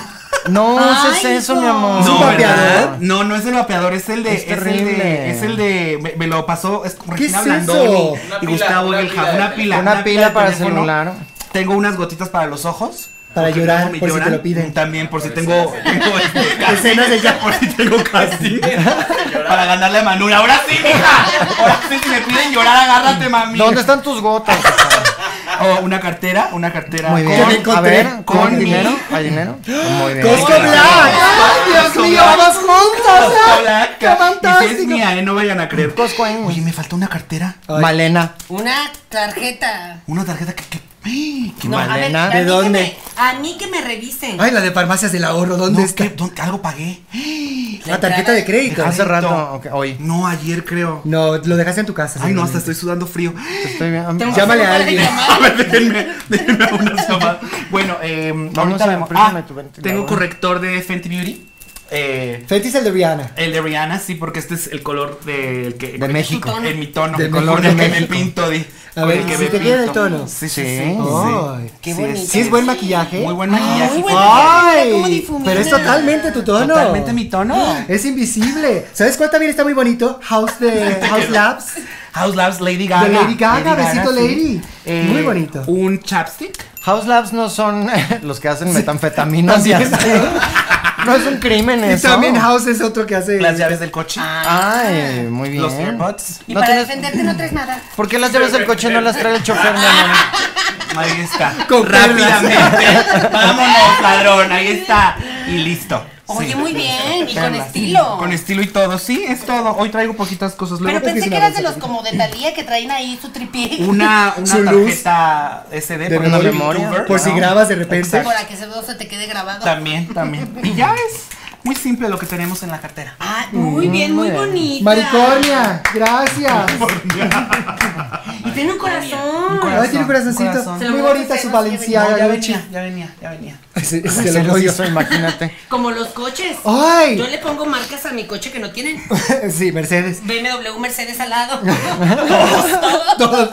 B: No uses
C: Ay,
B: eso,
C: hijo.
B: mi amor.
A: Es un
D: No, ¿verdad?
A: vapeador.
D: No, no es el vapeador, es el de.
B: Es
D: Es, el de.
B: terrible.
D: Es el de. Me, me lo pasó es, Regina
A: es eso?
D: Blandoni y
J: Una pila,
D: Gustavo
J: una
D: Belja.
J: pila eh. de
D: Una pila.
J: teléfono.
B: Una pila
D: de
B: para
D: teléfono.
B: celular.
D: Tengo unas gotitas para los ojos.
A: Para
D: porque
A: llorar,
D: luego me
A: por si te lo piden.
D: También, por si tengo. tengo este,
A: escenas de ya.
D: por si tengo casting. para ganarle a Manu. Ahora sí, mija. Ahora sí, si me piden llorar, agárrate, mami.
B: ¿Dónde están tus gotas?
D: O una cartera, una cartera.
B: Muy
D: con-
A: Que me
B: bien. A
A: encontré
B: ver,
D: con
B: ¿con
D: mi-
B: dinero? ¿Hay dinero? Ah, Muy bien.
A: Costco Black. ¡Ay, Dios
D: Costco
A: mío!
D: Black.
A: ¡Vamos juntos!
D: Costco
A: ¡Ah!
D: Black.
A: ¡Qué
D: Y si es
A: fantástico!
D: mía, eh, no vayan a creer.
B: Costco ahí.
D: Oye, me faltó una cartera.
A: Ay.
B: Malena.
C: Una tarjeta.
D: Una tarjeta que. que ¡Ay! ¿Qué
C: No, a ver,
B: Malena,
C: a
A: ¿de
C: mí que
A: dónde?
C: me- a mí que me revisen.
A: Ay, la de farmacias del ahorro, ¿dónde
D: no,
A: está?
D: ¿qué? ¿Dónde? ¿Algo pagué?
A: La tarjeta de crédito. ¿eh?
D: Dejaste-
B: Hace rato, ok, hoy.
D: No, ayer creo.
A: No, lo dejaste en tu casa.
D: Ay, no,
A: seguramente.
D: hasta estoy sudando frío.
B: Estoy bien.
C: Tengo-
A: Llámale a
C: Tengo
A: alguien.
C: que llamar.
D: A ver, déjenme, déjenme unas llamadas. Bueno, eh, ahorita
B: a-
D: vemos.
B: préstame
D: Ah,
B: tu ventilador.
D: tengo corrector de Fenty Beauty. Eh,
A: Fenty es el de Rihanna.
D: el de Rihanna, sí, porque este es el color del que.
B: De México.
D: En mi tono.
A: De
D: el color
A: color
D: del
A: de
D: que me
A: México.
D: pinto. di.
A: A
D: Con
A: ver,
D: que
A: si
D: me
A: te queda el
D: pinto.
A: tono.
D: Sí, sí,
B: Sí.
D: sí. sí.
A: Ay,
D: Sí,
C: qué
D: sí,
C: bonito. Ah,
A: Sí, es buen maquillaje.
D: Muy buen maquillaje.
C: muy buen maquillaje, ¿cómo
A: Ay,
C: difumina?
A: pero es totalmente tu tono.
D: Totalmente mi tono.
A: Es invisible. ¿Sabes cuál también está muy bonito? House de House Labs.
D: House Labs Lady Gaga.
A: De Lady Gaga, besito
D: sí. Eh,
A: Lady. Muy bonito.
D: Un chapstick.
B: House Labs no son los que hacen metanfetaminas y así. No es un crimen
A: Y
B: eso.
A: también House es otro que hace.
D: Las llaves del coche.
A: Ah,
C: Ah.
B: Ay, muy bien.
D: Los AirPods.
C: Y
B: No
C: para
B: tienes-
C: defenderte no traes nada.
B: ¿Por qué las llaves del coche no las trae el chofer, mi amor?
D: Ahí está.
A: Con
D: Rápidamente. Vámonos, ladrón. Ahí está. Y listo.
C: Oye,
D: Sí.
C: muy bien. Y con
D: Perlas.
C: estilo.
D: Con estilo y todo. Sí, es todo. Hoy traigo poquitas cosas. Luego
C: Pero pensé
A: es
C: que
A: una
C: eras de los como de Talía que traen ahí su tripié.
D: una, una
A: Su luz.
D: tarjeta SD
A: de
D: por una
A: memoria,
D: memoria.
A: por si
D: ¿no?
A: grabas de repente.
D: Exacto.
C: Para que ese se te quede grabado.
D: También, también. Y ya es muy simple lo que tenemos en la cartera.
C: Ah, muy bien, muy bonita.
A: Maricornia, gracias.
C: Y tiene un corazón.
A: Ay, tiene un corazoncito.
D: corazón.
C: Se lo
A: Muy
C: voy a
A: bonita
C: ofrecer,
A: su
C: no sé,
A: Valenciaga,
D: ya
A: Gucci.
D: venía, ya venía, ya venía.
A: Ese- ese
B: Se
A: se lo
B: los
A: odio.
B: hizo, imagínate.
C: Como los coches.
A: ¡Ay!
C: Yo le pongo marcas a mi coche que no tienen.
A: sí, Mercedes.
C: BMW, Mercedes al lado. todos, todos,
A: Todos.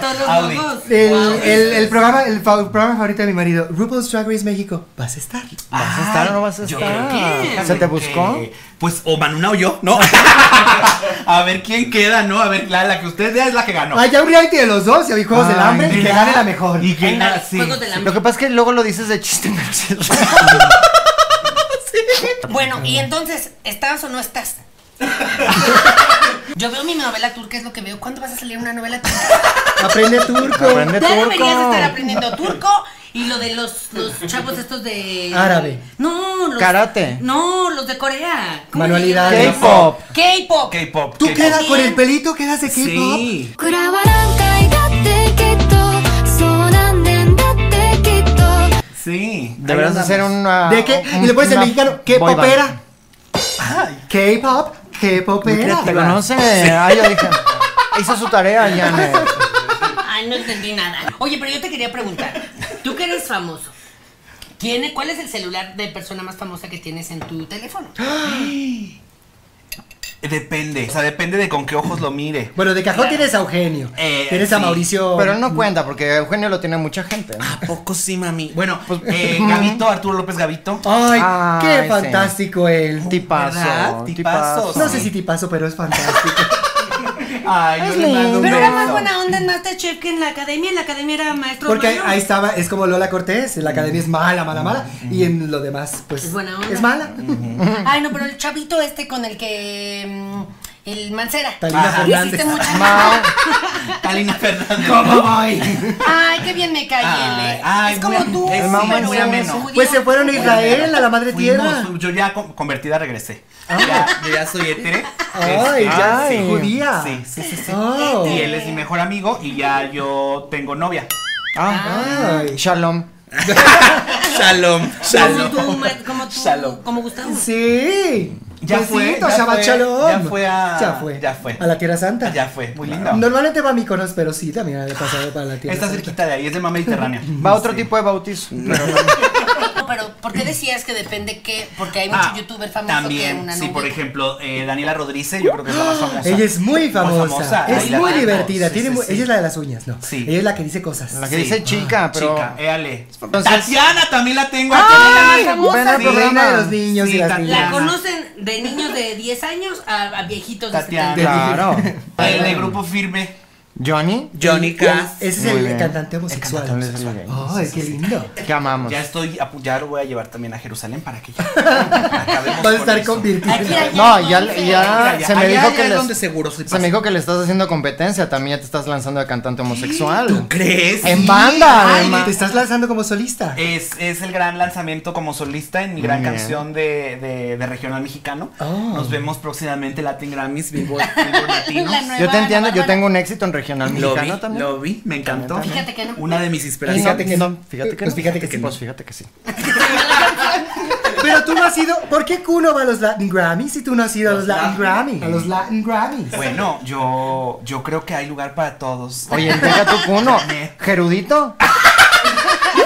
C: todos los
D: Audi.
C: logos.
A: El,
C: Wow.
A: el- el programa, el, fa- programa favorito de mi marido, RuPaul's Drag Race México. Vas a estar.
B: ¿Vas a estar o no vas a
D: Yo
B: estar?
D: creo que-
B: ¿Se te buscó?
D: que, Pues o Manuna o yo, ¿no? a ver quién queda, ¿no? A ver, la, la que usted vea es la que ganó.
A: Ay, ya un reality de los dos. Y hay juegos del
B: Ay,
A: hambre. Y que
D: ¿verdad?
A: gane la mejor.
D: Y que
C: Ándale,
D: gana, Ah, sí.
C: Juegos del
B: Lo
C: Hambre.
B: que pasa es que luego lo dices de chiste, pero sí.
C: Bueno, y entonces, ¿estás o no estás? Yo veo mi novela turca, es lo que veo. ¿Cuándo vas a salir una novela turca?
A: Aprende turco.
B: Aprende
C: Ya deberías estar
B: turco.
C: aprendiendo turco y lo de los, los chavos estos de...
A: Árabe.
C: No, los...
B: Karate.
C: No, los de Corea. ¿Cómo
A: Manualidades.
C: le llaman?
B: K-pop.
C: K-pop.
D: K-pop.
A: Tú
D: K-pop.
A: quedas con el pelito, quedas de K-pop.
D: Sí.
K: くらわらんかいだってきっとそうなんねんだってきっと
D: Sí.
B: Deberás hacer una.
A: ¿De qué?
B: Ah, un-
A: y le pones en
B: una
A: mexicano, ¿qué
B: boy band.
A: popera? K-pop, ¿qué popera?
B: ¿Te conoce? Ay, yo dije. Hizo su tarea, Janet.
C: Ay, no entendí nada. Oye, pero yo te quería preguntar. Tú que eres famoso. ¿tiene, ¿Cuál es el celular de persona más famosa que tienes en tu teléfono?
D: Depende. O sea, depende de con qué ojos lo mire.
A: Bueno, de cajón tienes a Eugenio.
D: Eh,
A: tienes a
D: sí,
A: Mauricio.
B: Pero no cuenta, porque Eugenio lo tiene mucha gente. ¿no?
D: ¿A poco sí, mami? Bueno,
B: Pues-
D: eh, Gavito, Arturo López Gavito.
A: Ay,
B: Ay,
A: qué
B: sí.
A: fantástico él.
B: Tipazo.
D: ¿Verdad? Tipazo,
A: No sé si tipazo, pero es fantástico.
D: Ay, yo le mando un
C: Pero era más
D: beso.
C: buena onda en Masterchef que en la academia. En la academia era maestro.
A: Porque ahí,
C: malo.
A: ahí estaba, es como Lola Cortés, en la academia
B: Mm.
A: es mala, mala, mala. Y en lo demás, pues.
C: Es buena onda.
A: Es mala.
C: Ay, no, pero el chavito este con el que. mm, el Mancera.
A: Talina
C: Ajá.
A: Fernández.
C: Hiciste
J: Ah,
C: mucha-
B: Mao.
J: Talina Fernández.
C: Ay, qué bien me caí,
J: Ay,
C: Ele.
J: ay,
C: Es como
J: bueno,
C: tú,
J: es
C: pero
J: mamá,
C: judío.
J: era menos.
B: Pues se fueron a Israel, a la madre tierra.
J: Fuimos, yo ya co- convertida regresé.
A: Ah.
J: Ya, yo ya soy hétero.
B: Ay, ya, y judía.
J: Sí, sí, sí. sí.
B: Oh.
C: Este,
J: Y él es mi mejor amigo y ya yo tengo novia.
B: Ah, ay, Shalom.
J: Shalom,
C: Como tú, ma- como tú,
J: Shalom.
C: como Gustavo.
B: Sí.
J: Ya fue,
B: Besito,
J: ya
B: Shabbat
J: fue,
B: Shalom.
J: ya fue a-
A: Ya fue.
J: ya fue.
A: A la Tierra Santa.
J: Ya fue, muy lindo.
A: Normalmente va a Miconos, pero sí, también ha pasado para la Tierra
J: Está
A: Santa.
J: cerquita de ahí, es del mar Mediterráneo.
B: Va otro tipo de bautizo.
C: No, pero ¿por qué decías que depende qué? Porque hay mucho
J: Ah,
C: youtuber famoso que
J: También,
C: una
J: sí,
C: novia.
J: por ejemplo, eh, Daniela Rodríguez, yo creo que es la más famosa.
A: ¡Ah! Ella es muy famosa. es
J: ahí la
A: muy
J: tengo.
A: divertida.
J: Sí,
A: tiene
J: sí,
A: mu-
J: sí.
A: Ella es la de las uñas, ¿no?
J: Sí.
A: Ella es la que dice cosas.
B: La que
J: Sí.
B: dice chica, pero. eh,
J: Chica, éale.
B: Entonces-
J: Tatiana también la tengo
B: Ay,
J: aquí.
B: ven al
J: Sí,
B: programa.
A: reina de los niños
J: Sí,
A: y las
J: Tatiana.
A: niñas.
C: La conocen de niños de 10 años a, a viejitos de
J: Tatiana.
C: 70.
B: Claro.
J: El de grupo firme.
B: Johnny.
J: Johnny Cass.
A: Ese es
B: Muy
A: el
B: bien.
A: cantante homosexual.
B: cantante homosexual.
A: Ay, qué lindo.
B: Que amamos.
J: Ya estoy, a- ya lo voy a llevar también a Jerusalén para que ya acabemos
A: Va a
J: con
A: estar
J: eso.
A: convirtiendo.
C: Aquí, aquí.
B: No, ya,
C: Allá,
B: ya
J: allá,
B: se me
J: allá,
B: dijo
J: allá
B: que
J: es
B: les-
J: donde seguro sí
B: se
J: pasa.
B: me dijo que le estás haciendo competencia, también ya te estás lanzando de cantante homosexual.
J: ¿Crees?
B: En banda,
J: Ay,
B: además.
A: Te estás lanzando como solista.
J: Es, es el gran lanzamiento como solista en mi gran
B: bien.
J: canción de, de- de regional mexicano.
A: Oh.
J: Nos vemos próximamente Latin Grammys, Billboard, Billboard Latinos.
C: La nueva
B: Yo te entiendo,
C: Ana
B: yo
C: Bárbara.
B: tengo un éxito en regional
J: Lo vi,
B: mexicano también.
J: lo vi, me encantó.
B: También,
C: también. Fíjate que no.
J: Una de mis
B: Pero
J: inspiraciones.
A: Fíjate que no.
B: Fíjate que
A: Pues
B: no.
A: fíjate que sí.
B: Pues fíjate que sí.
A: Pero tú no has ido. ¿Por qué Kuno va a los Latin Grammys y tú no has ido a los Latin Grammys? A los Latin Grammys.
J: Bueno, yo, yo creo que hay lugar para todos.
B: Oye, deja tu cuno. Gerudito.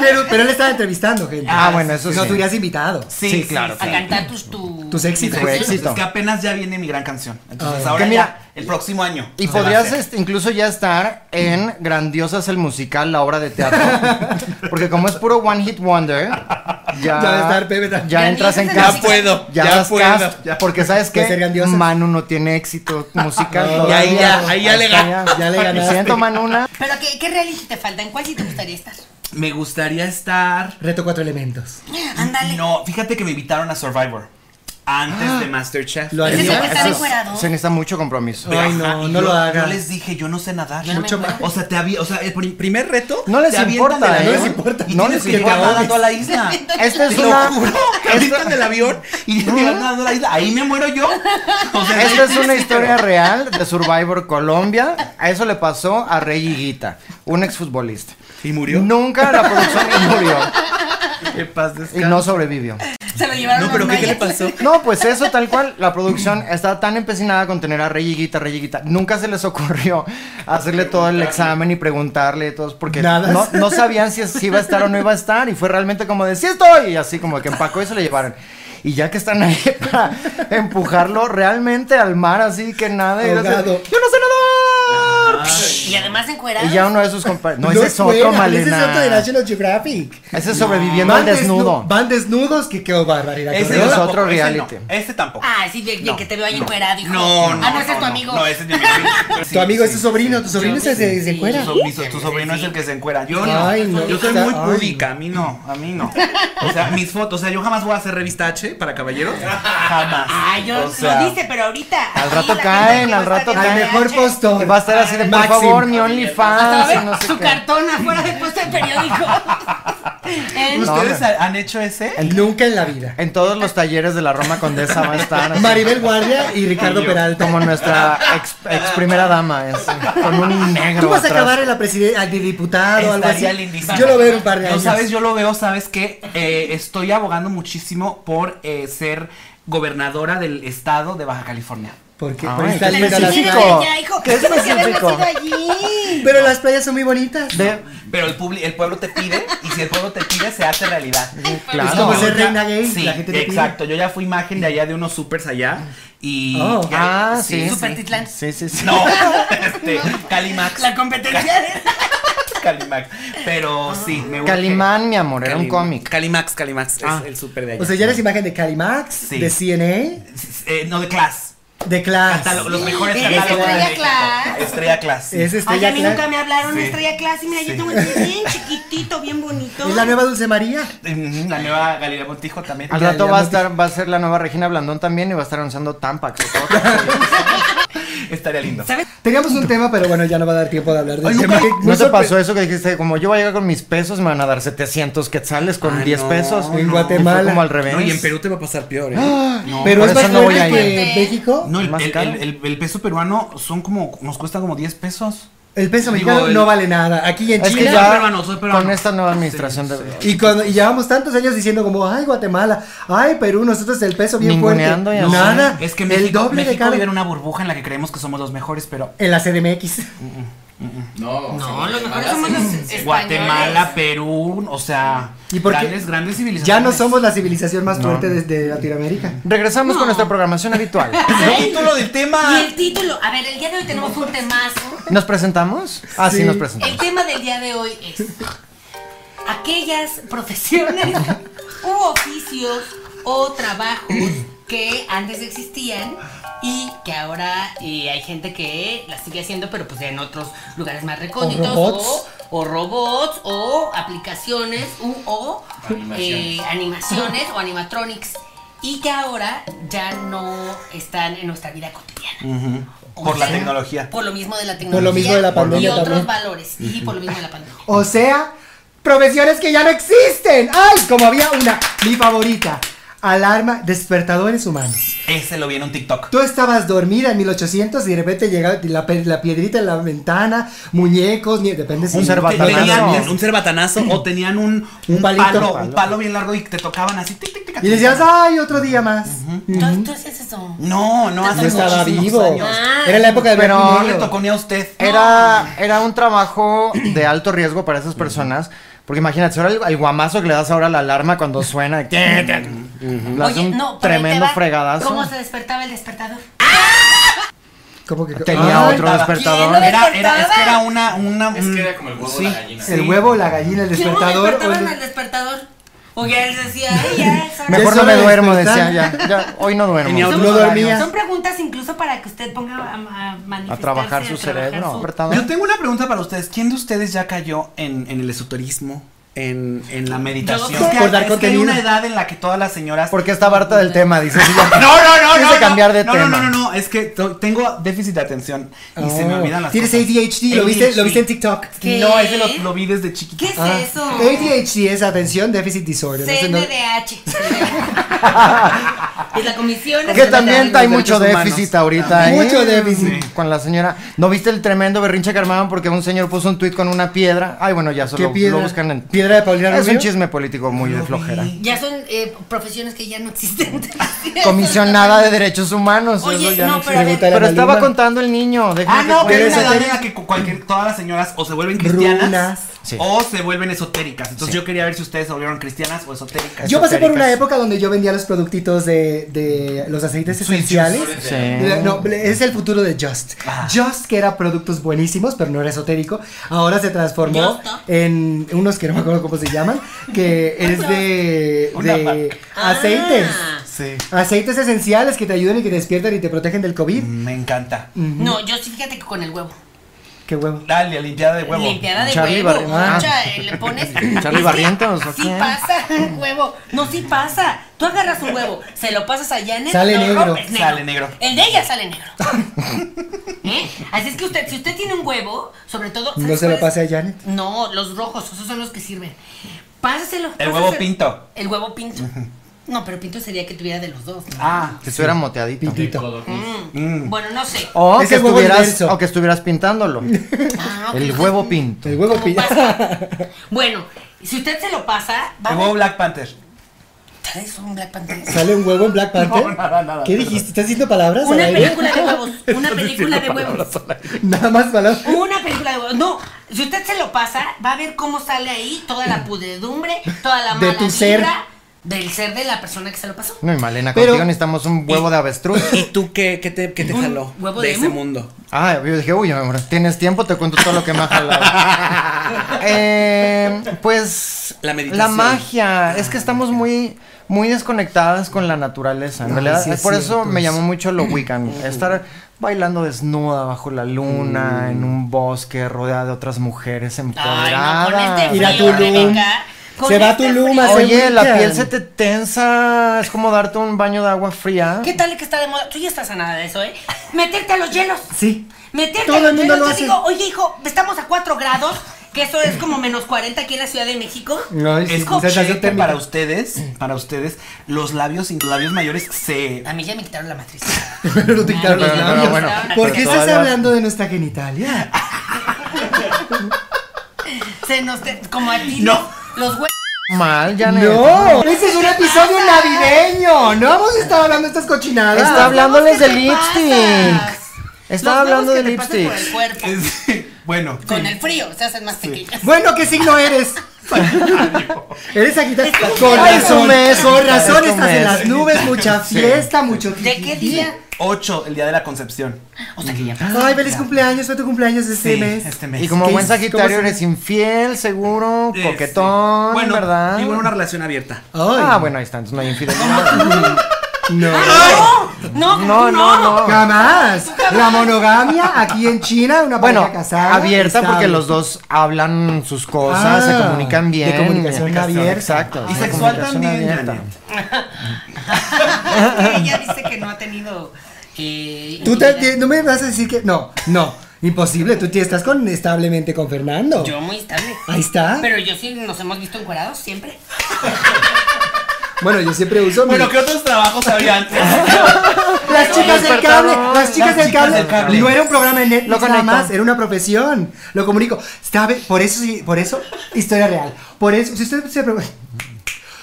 A: Pero, pero él estaba entrevistando gente.
B: Ah, bueno, eso
A: No
B: sí.
A: te hubieras invitado.
J: sí,
B: sí, claro,
C: A cantar tus, tu-
A: Tus éxitos.
B: Tu éxito.
J: Es que apenas ya viene mi gran canción. Entonces ahora
B: Que mira-
J: ya, el próximo año.
B: Y
J: se va a
B: podrías
J: hacer.
B: este, incluso ya estar en Grandiosas el musical, la obra de teatro. Porque como es puro One Hit Wonder, ya,
A: Ya de estar, Pepe, ya.
B: ya entras en
C: Grandiosas el
B: casa.
C: musical. Ya
D: puedo,
B: Ya,
D: ya
B: das
D: puedo.
B: cast, Porque sabes
A: Puede ser
B: que
A: grandiosas.
B: Manu no tiene éxito musical.
A: No,
B: todavía.
D: y ahí ya- ahí ya le
B: está,
D: ganaste.
A: Ya le
B: Lo
A: ganaste.
B: siento, Manuna.
C: Pero ¿qué, ¿qué reality te falta? ¿En cuál sí te gustaría estar?
J: Me gustaría estar.
A: Reto cuatro elementos.
C: Ándale.
J: No, fíjate que me invitaron a Survivor. Antes de Masterchef.
A: Lo
C: Ese es el
A: haría.
C: que está
B: Eso es-
C: encuerado.
B: se necesita mucho compromiso.
A: Ay, no,
J: Ajá, y
A: no
J: yo-
A: lo hagan.
J: Yo les dije, yo no sé nadar.
C: Yo no me
A: Mucho
C: acuerdo.
J: O sea, te había, o sea, el pri- primer reto.
B: No les
J: te avientan
B: importa, ¿eh?
J: del avión
B: No les importa.
J: Y
B: No
J: tienes
B: les
J: que llegar
B: importa.
J: nadando a la isla.
B: Esta es
J: Te lo
B: una.
J: juro. Te avientan del avión y te llegan nadando a la isla. Ahí me muero yo. O sea,
B: Esta es una historia real de Survivor Colombia. A eso le pasó a Rey Higuita, un exfutbolista.
J: ¿Y murió?
B: Nunca la producción y murió
J: Qué paz
B: y no sobrevivió.
C: Se lo llevaron
J: No, pero
C: los
J: ¿qué, qué le
C: mayas.
J: pasó?
B: No, pues eso tal cual, la producción está tan empecinada con tener a Rey Higuita, Rey Higuita. Nunca se les ocurrió hacerle todo el examen y preguntarle todos porque
A: Nada.
B: no, no sabían si, si iba a estar o no iba a estar y fue realmente como de sí estoy y así como que empacó y se le llevaron. Y ya que están ahí para empujarlo realmente al mar así que nada y era así,
A: Ahogado.
B: yo no sé nadar.
C: Y además encuerados.
B: Y ya uno de sus compañeros.
A: No
B: No, ese es otro,
A: fuera, Ese es
B: Malena.
A: otro de National Geographic.
B: Ese es sobreviviendo al desnudo.
A: desnu- van desnudos que quedó barbaridad.
B: Ese
A: ¿correcto?
B: es
J: tampoco,
B: otro
J: ese
B: reality.
J: no, Ese tampoco.
C: Ah, sí, de, de que te veo ahí encuerado, hijo.
J: No, no.
C: Ah, no, ese es tu amigo.
J: No, ese es mi amigo.
A: Tu amigo es
J: tu
A: tu sobrino, tu sobrino se, se, se encuera.
J: Tu, mi so- tu sobrino es el que se encuera. Yo no.
A: Ay, no.
J: Yo soy
A: Está-
J: muy
A: ay.
J: púdica. A mí no. A mí no. O sea, mis fotos. O sea, yo jamás voy a hacer revista H para caballeros. Jamás.
C: Ah, yo
J: O sea,
C: lo dice, pero ahorita.
B: al
C: aquí
B: rato
C: la
B: caen,
C: gente que
B: al
C: va a
B: rato
C: estar
B: caen.
A: Al
C: viendo
A: mejor
C: VH,
B: Y
A: postor.
B: va a estar así de por
A: Maxim.
B: favor, mi
C: hasta
B: OnlyFans.
C: va
B: y
C: a
B: no
C: ver
B: sé
C: su
B: qué.
C: cartón afuera del puesto del periódico. En-
B: No,
J: ¿Ustedes
B: hombre.
J: ha- han hecho ese?
A: Nunca en la vida.
B: En todos los talleres de la Roma Condesa va a estar. así,
A: Maribel Guardia y Ricardo
J: Ay, yo,
A: Peralta.
B: Como nuestra ex, ex primera dama, es, con un negro.
A: Tú vas a
B: atrás.
A: acabar en la presidencia de diputado o algo así.
J: Estaría lindísimo.
A: Yo lo veo en un par de
J: No,
A: años.
J: sabes, yo lo veo, sabes que eh, estoy abogando muchísimo por eh, ser gobernadora del estado de Baja California.
A: Porque
B: Ay,
A: por ahí está
B: qué
A: linda la
B: específico.
A: ciudad.
C: Mira, ya, hijo,
B: ¿Qué es
C: tienes que haber
B: específico?
C: nacido allí.
A: Pero las playas son muy bonitas.
B: De-
J: Pero el, publi- el pueblo te pide, y si el pueblo te pide, se hace realidad.
B: claro.
A: Es como
J: Yo
A: ser
J: ya-
A: reina gay,
J: Sí,
A: la gente te pide.
J: exacto. Yo ya fui imagen de allá de unos supers allá. Y.
A: Oh.
J: ya-
B: Ah, sí.
C: Supertitlán.
B: Sí, sí, sí.
J: No, este. Calimax.
C: La competencia de.
J: Calimax. Pero
A: Ah.
J: sí, me urge.
B: Calimán, mi amor, era un
J: Calim-
B: cómic.
J: Calimax, Calimax. Es
B: Ah.
J: el super de allá.
A: O sea, ya eres imagen de Calimax,
J: Sí.
A: de CNA,
J: Eh, no, de Class.
A: de Class.
J: Catálogo- los mejores
C: Eres
J: catálogos de
C: Estrella
J: México.
C: Class.
J: Estrella Class. sí.
A: Es este,
C: Ay,
A: Estrella
C: a mí
A: Cla-
C: nunca me hablaron de
J: Sí.
C: Estrella Class y mira, yo
J: Sí.
C: tengo el pie bien chiquitito, bien bonito.
A: Es la nueva Dulce María.
J: Ujú, La nueva Galilea Montijo también.
B: Al
A: Ya,
B: rato
A: ya
B: va a
A: no te-
B: estar, va a ser la nueva Regina Blandón también y va a estar anunciando Tampax.
J: Estaría lindo.
C: ¿Sabes?
A: Teníamos un tema, pero bueno, ya no va a dar tiempo de hablar de
B: ¿No
A: eso.
B: te- ¿No te pasó eso que dijiste, como yo voy a llegar con mis pesos, me van a dar 700 quetzales con
J: Ay,
B: 10
J: no,
B: pesos?
J: no.
B: Y
A: Ah, En
B: fue
A: Guatemala.
B: como al revés.
J: No, y en Perú te va a pasar peor, ¿eh?
B: Ah.
J: No,
A: pero
B: por
A: es
B: eso
A: más
B: no voy
A: fuerte
B: a
A: que
C: ir.
A: México.
J: No, el,
B: ¿Más
J: el-
B: caro?
J: el- el- el peso peruano son como, nos cuesta como 10 pesos.
A: El peso
J: Digo,
A: mexicano
J: el-
A: no vale nada. Aquí en
B: Es que
A: Chile.
B: ya
J: Soy peruano, soy peruano.
B: con esta nueva administración de...
A: Y, cuando, y llevamos tantos años diciendo como, ay Guatemala, ay Perú, nosotros el peso bien fuerte.
B: Ninguneando y así.
A: Nada,
J: Es que
A: el
J: México,
A: doble de
J: México
A: cada...
J: vive en una burbuja en la que creemos que somos los mejores, pero
A: En la CDMX.
I: No,
C: No, los mejores
I: Guatemala
C: somos
I: sí.
C: los españoles.
J: Guatemala, Perú, o sea,
A: ¿Y por qué?
J: grandes, grandes civilizaciones.
A: Ya no somos la civilización más fuerte desde Latinoamérica.
B: Regresamos
C: No.
B: con nuestra programación habitual.
J: El título del
C: Y
J: tema.
C: el título, a ver, el día de hoy tenemos un temazo.
B: ¿Nos presentamos? Ah, sí,
A: Sí.
B: nos
C: El
B: presentamos.
C: tema del día de hoy es aquellas profesiones u oficios o trabajos que antes existían y que ahora eh, hay gente que las sigue haciendo, pero pues en otros lugares más recónditos.
A: O robots.
C: O, o robots, o aplicaciones, u, o
I: Animaciones.
C: eh, animaciones o animatronics. Y que ahora ya no están en nuestra vida cotidiana. O
J: Por la
C: sea,
J: tecnología.
C: Por lo mismo de la tecnología.
A: Por lo mismo de la pandemia
C: Y otros
A: también.
C: valores. Y por lo mismo de la pandemia.
A: O sea, profesiones que ya no existen. ¡Ay! Como había una, mi favorita. Alarma, despertadores humanos.
J: Ese lo vi en un TikTok.
A: Tú estabas dormida en 1800 y de repente llegaba la, pe- la piedrita en la ventana, muñecos, ni, depende si...
B: Un ser batanazo.
J: Tenían un cerbatanazo o tenían un, un
A: Un palito.
J: palo,
A: Palo.
J: un palo bien largo y te tocaban así. tic, tic, tic,
A: Y
J: tic.
A: decías, ¡ay, otro día más!
C: ¿Tú, tú hacías eso?
J: No, no, hace
A: Yo estaba
J: muchísimos
A: vivo.
J: años.
C: Ah.
A: Era la época del
B: Pero
A: blanco y
J: No le
A: negro.
J: tocó ni a usted.
B: Era, era un trabajo de alto riesgo para esas personas. Porque imagínate, ahora el, el guamazo que le das ahora a la alarma cuando suena. Le das
C: Oye,
B: un
C: no, pero ahí te
B: tremendo
C: va.
B: fregadazo.
C: ¿Cómo se despertaba el despertador?
A: Como que-
B: Tenía
A: ¡Ay!
B: otro despertador.
C: ¿Quién lo
J: Era, era, es que
C: despertaba?
J: era una, una.
I: Es que
J: un-
I: era como el huevo
J: sí.
I: de la gallina.
A: El huevo, la gallina, el
C: ¿Cómo
A: despertador. o
C: despertaban
A: el-
C: al despertador? O ya les decía, ay, ya, es hora.
A: Me- Ya es
B: Mejor no me
A: hora de
B: duermo, decía
A: despertar.
B: ya, ya, Hoy no duermo.
J: Tenía otro-
C: Son-
A: No dormía.
C: Son preguntas incluso para que usted ponga a, a manifestarse,
B: A trabajar su
C: a trabajar
B: cerebro,
C: su-
J: Yo
B: apretador.
J: tengo una pregunta para ustedes. ¿Quién de ustedes ya cayó en, en el esoterismo? En, en la meditación.
C: Yo.
J: Es que-
A: Por dar
J: es que hay
A: contenido.
J: una edad en la que todas las señoras.
B: Porque estaba harta del tema, dice. sí, ya-
J: No, no, no,
B: Quise
J: no.
B: cambiar
J: no,
B: de
J: no,
B: tema.
J: No, no, no, no, es que to- tengo déficit de atención y se me
A: Oh.
J: olvidan las
A: Tienes
J: cosas.
A: ADHD, ¿lo viste? ¿Lo viste en TikTok?
C: ¿Qué?
J: No, ese lo, lo vi desde chiquito.
C: ¿Qué es
A: Ah,
C: eso?
A: ADHD es atención deficit disorder. no sé, no-
C: CNDH. es la comisión.
B: Que
C: Nacional
B: también
C: de
B: hay
J: los
B: mucho
J: derechos humanos.
B: déficit ahorita. ¿eh?
A: Mucho déficit.
B: Sí. Con la señora. ¿No viste el tremendo berrinche que armaban porque un señor puso un tuit con una piedra? Ay, bueno, ya
A: ¿Qué
B: solo
A: piedra?
B: lo buscan en.
A: ¿Piedra de Paulina
B: Es un
A: Rubio?
B: chisme político muy de
J: vi.
B: flojera.
C: Ya son eh, profesiones que ya no existen.
B: Comisionada de Derechos Humanos.
C: Oye,
B: eso ya
C: no,
B: no,
C: pero a
B: existe.
C: ver-
B: Pero
A: Maluma.
B: estaba contando el niño. déjame
J: Ah,
B: que
J: no,
B: cuente.
J: pero
A: Pero
J: hay una edad
A: esotérico.
J: en la que cu- cualquier, todas las señoras o se vuelven cristianas
A: Runas.
B: Sí.
J: o se vuelven esotéricas. Entonces yo quería ver si ustedes se volvieron cristianas o esotéricas.
A: Yo pasé por una
B: esotéricas.
A: época donde yo vendía los productitos de, de los aceites
J: Sweet
A: esenciales.
I: juice.
B: Sí. Ah.
A: No, es el futuro de Just. Just, que era productos buenísimos, pero no era esotérico, ahora se transformó
C: Just, ¿no?
A: en unos que no me acuerdo cómo se llaman, que es de, de aceites.
C: Ah.
J: Sí.
A: Aceites esenciales que te ayudan y que te despiertan y te protegen del COVID.
B: Mm.
J: Me encanta.
C: No, yo sí fíjate que con el huevo.
A: Qué huevo.
J: Dale, limpiada de huevo.
C: Limpiada de
B: Charlie
C: huevo.
B: Barri- ah.
C: mucha, eh, le pones.
B: Charlie
C: Es
B: Barrientos,
C: que
B: ¿o
C: Sí
B: quién?
C: pasa, huevo. No, sí pasa. Tú agarras un huevo, se lo pasas a Janet.
A: Sale
C: lo
A: negro.
C: rompes,
J: Sale negro.
C: El de ella sale negro. ¿Eh? Así es que usted, si usted tiene un huevo, sobre todo.
A: No
C: ¿sabes
A: se lo
C: cuál es?
A: pase a Janet.
C: No, los rojos, esos son los que sirven. Pásaselo.
J: El
C: pásaselo.
J: huevo pinto.
C: El huevo pinto. No, pero pinto sería que tuviera de los dos. ¿no?
J: Ah,
B: Que estuviera moteadito.
A: Pintito.
J: mm.
C: Bueno, no sé.
B: O
A: Ese
B: que,
A: huevo
B: estuvieras,
A: inverso.
B: o que estuvieras pintándolo.
C: Ah, ok.
B: El huevo pinto.
A: El huevo
C: Como
A: pilla.
C: pasa. Bueno, si usted se lo pasa, va
J: El huevo Black Panther.
C: ¿Traes un Black Panther?
A: ¿Sale un huevo en Black Panther?
J: nada, nada,
A: ¿Qué
J: perdón.
A: dijiste? ¿Estás diciendo palabras?
C: Una
A: al aire?
C: película de huevos. Una película de huevos.
A: Nada más palabras.
C: Una película de huevos. No, si usted se lo pasa, va a ver cómo sale ahí toda la pudredumbre, toda la
A: De
C: mala
A: tu ser.
C: vibra del ser de la persona que se lo pasó.
B: No, y Malena,
A: Pero-
B: contigo necesitamos un huevo de avestruz.
J: ¿Y tú qué, qué te, qué te
C: Un
J: jaló
C: huevo
J: de
C: de
J: ese
C: emu.
J: mundo?
B: Ah, yo dije, uy, amor, tienes tiempo, te cuento todo lo que me ha jalado. Eh, pues
J: La meditación.
B: magia, es
C: Ah,
B: que estamos muy muy desconectadas con la naturaleza. En realidad,
A: sí es
B: por eso
A: cierto,
B: me
A: es-
B: llamó mucho lo Wiccan, estar bailando desnuda bajo la luna en un bosque rodeada de otras mujeres
C: Mm. Ay, no, con
B: empoderadas.
C: este
A: Ir a
C: frío,
A: Tulum.
C: Rebeca. Con
A: Se va
C: este
A: Tulum a
C: frío.
A: hacer-
B: Oye, la
A: brillan.
B: piel se te tensa. Es como darte un baño de agua fría.
C: ¿Qué tal que está de moda? Tú ya estás a nada de eso, ¿eh? Meterte a los hielos.
A: Sí.
C: Meterte
A: Todo
C: a los
A: el mundo
C: hielos.
A: lo
C: Yo
A: hace.
C: digo, oye, hijo, estamos a 4 grados, que eso es como menos 40 aquí en la Ciudad de México.
A: Ay, sí,
J: Es
A: como-
J: cliché
A: sensación
J: que
A: térmica.
J: para ustedes, para ustedes, los labios, los labios mayores se...
C: A mí ya me quitaron la matriz.
A: Pero no te quitaron los
C: Pero,
B: pero,
A: labios.
B: bueno,
A: ¿Por
B: pero
A: qué estás
B: todavía-
A: hablando de nuestra genitalia?
C: Se nos. te- como a ti.
J: No.
C: Los güeyes.
B: Mal, ya
A: No, ese es un episodio navideño. No hemos estado hablando de estas cochinadas.
B: Está hablándoles
C: ¿qué te
B: del lipstick.
C: pasas?
B: Estaba
C: Los
B: hablando
C: huevos
B: de
C: que te pasan
B: lipstick.
C: por el cuerpo.
J: bueno,
C: Con el frío se hacen más pequeñas.
A: Bueno, ¿qué signo eres? eres Sagitario. Con
B: Ay, es
A: razón,
B: un mes.
A: con razón
B: Es un
A: estás en
B: mes.
A: las nubes, mucha fiesta, mucho
C: ¿De qué día?
J: 8, el día de la concepción.
C: O sea que ya.
A: Ay, feliz cumpleaños, fue tu cumpleaños de este
J: Sí,
A: mes.
J: este mes.
B: Y como Este,
A: ¿Qué
B: buen
A: hice? ¿Cómo
B: sagitario
A: se-
B: eres infiel, seguro,
J: Eh,
B: coquetón,
J: sí. bueno,
B: ¿verdad?
J: Vivo en una relación abierta.
A: Ay.
B: Ah, bueno, ahí está, entonces no hay infidelidad.
A: No.
C: No,
B: No, no, no.
A: Jamás. La monogamia aquí en China, una
B: Bueno,
A: pareja casada.
B: abierta porque
A: estable.
B: los dos hablan sus cosas,
A: Ah,
B: se comunican bien.
A: de comunicación abierta.
B: Exacto.
A: Ah,
J: Y
B: de
J: sexual
B: comunicación
J: también,
B: abierta.
J: Janet.
C: Ella dice que no ha tenido. eh,
A: Tú te-
C: intimidad.
A: te- no me vas a decir que. No, no. Imposible. Tú te estás con, establemente con Fernando.
C: Yo muy estable.
A: Ahí está.
C: Pero yo sí nos hemos visto encuerados siempre.
A: Bueno, yo siempre uso. mi-
J: Bueno, ¿qué otros trabajos había antes?
A: Ah, Las chicas del
B: despertador.
A: cable, las chicas,
J: Las
A: del,
J: chicas
A: cable,
J: del cable.
A: No era un programa en Netflix
B: Lo
A: nada
B: conecto.
A: más, era una profesión. Lo comunico. ¿Sabe? Por eso, sí- por eso, historia real. Por eso, si usted se pregunta,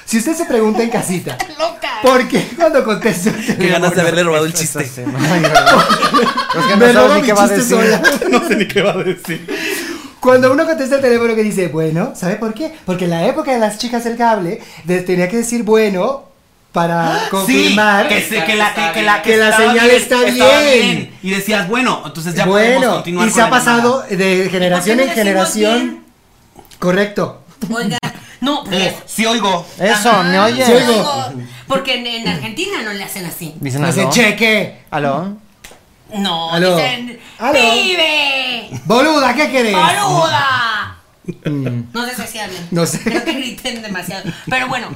A: si usted se pregunta en casita,
C: Loca.
A: ¿por qué cuando contesto el
J: Qué
A: teléfono?
J: ganas de haberle robado el chiste.
B: Sí, no, ay, ¿verdad? Es
A: Me
B: que no sabes
A: roba
B: ni
A: mi
B: qué va a
A: chiste
B: decir.
A: sola.
J: No sé ni qué va a decir.
A: Cuando uno contesta el teléfono que dice, bueno, ¿sabe por qué? Porque en la época de las chicas del cable, de- tenía que decir bueno para confirmar.
J: Ah, Sí, que, se- que la, que, que la,
A: Que la
J: estaba
A: señal
J: bien,
A: está
J: estaba
A: bien.
J: Y decías, bueno, entonces ya podemos
A: bueno,
J: continuar
A: y se
J: con
A: ha
J: la llamada.
A: pasado de generación
C: no
A: en
C: decimos
A: generación. Correcto.
C: Oiga. No, pues.
J: Eh, sí oigo.
B: Eso, ¿me
C: Ajá,
B: oyes?
A: Sí, oigo.
C: Ah. oigo. Porque en, en Argentina no le hacen así.
B: Dicen
A: Hace
B: aló.
A: cheque.
B: ¿Aló?
C: No,
A: Aló.
C: dicen.
A: Aló.
C: ¡Pibe!
A: Boluda, ¿qué querés?
C: ¡Boluda!
B: Mm.
C: No sé si así hablan.
A: No sé.
C: Creo que griten demasiado. Pero bueno.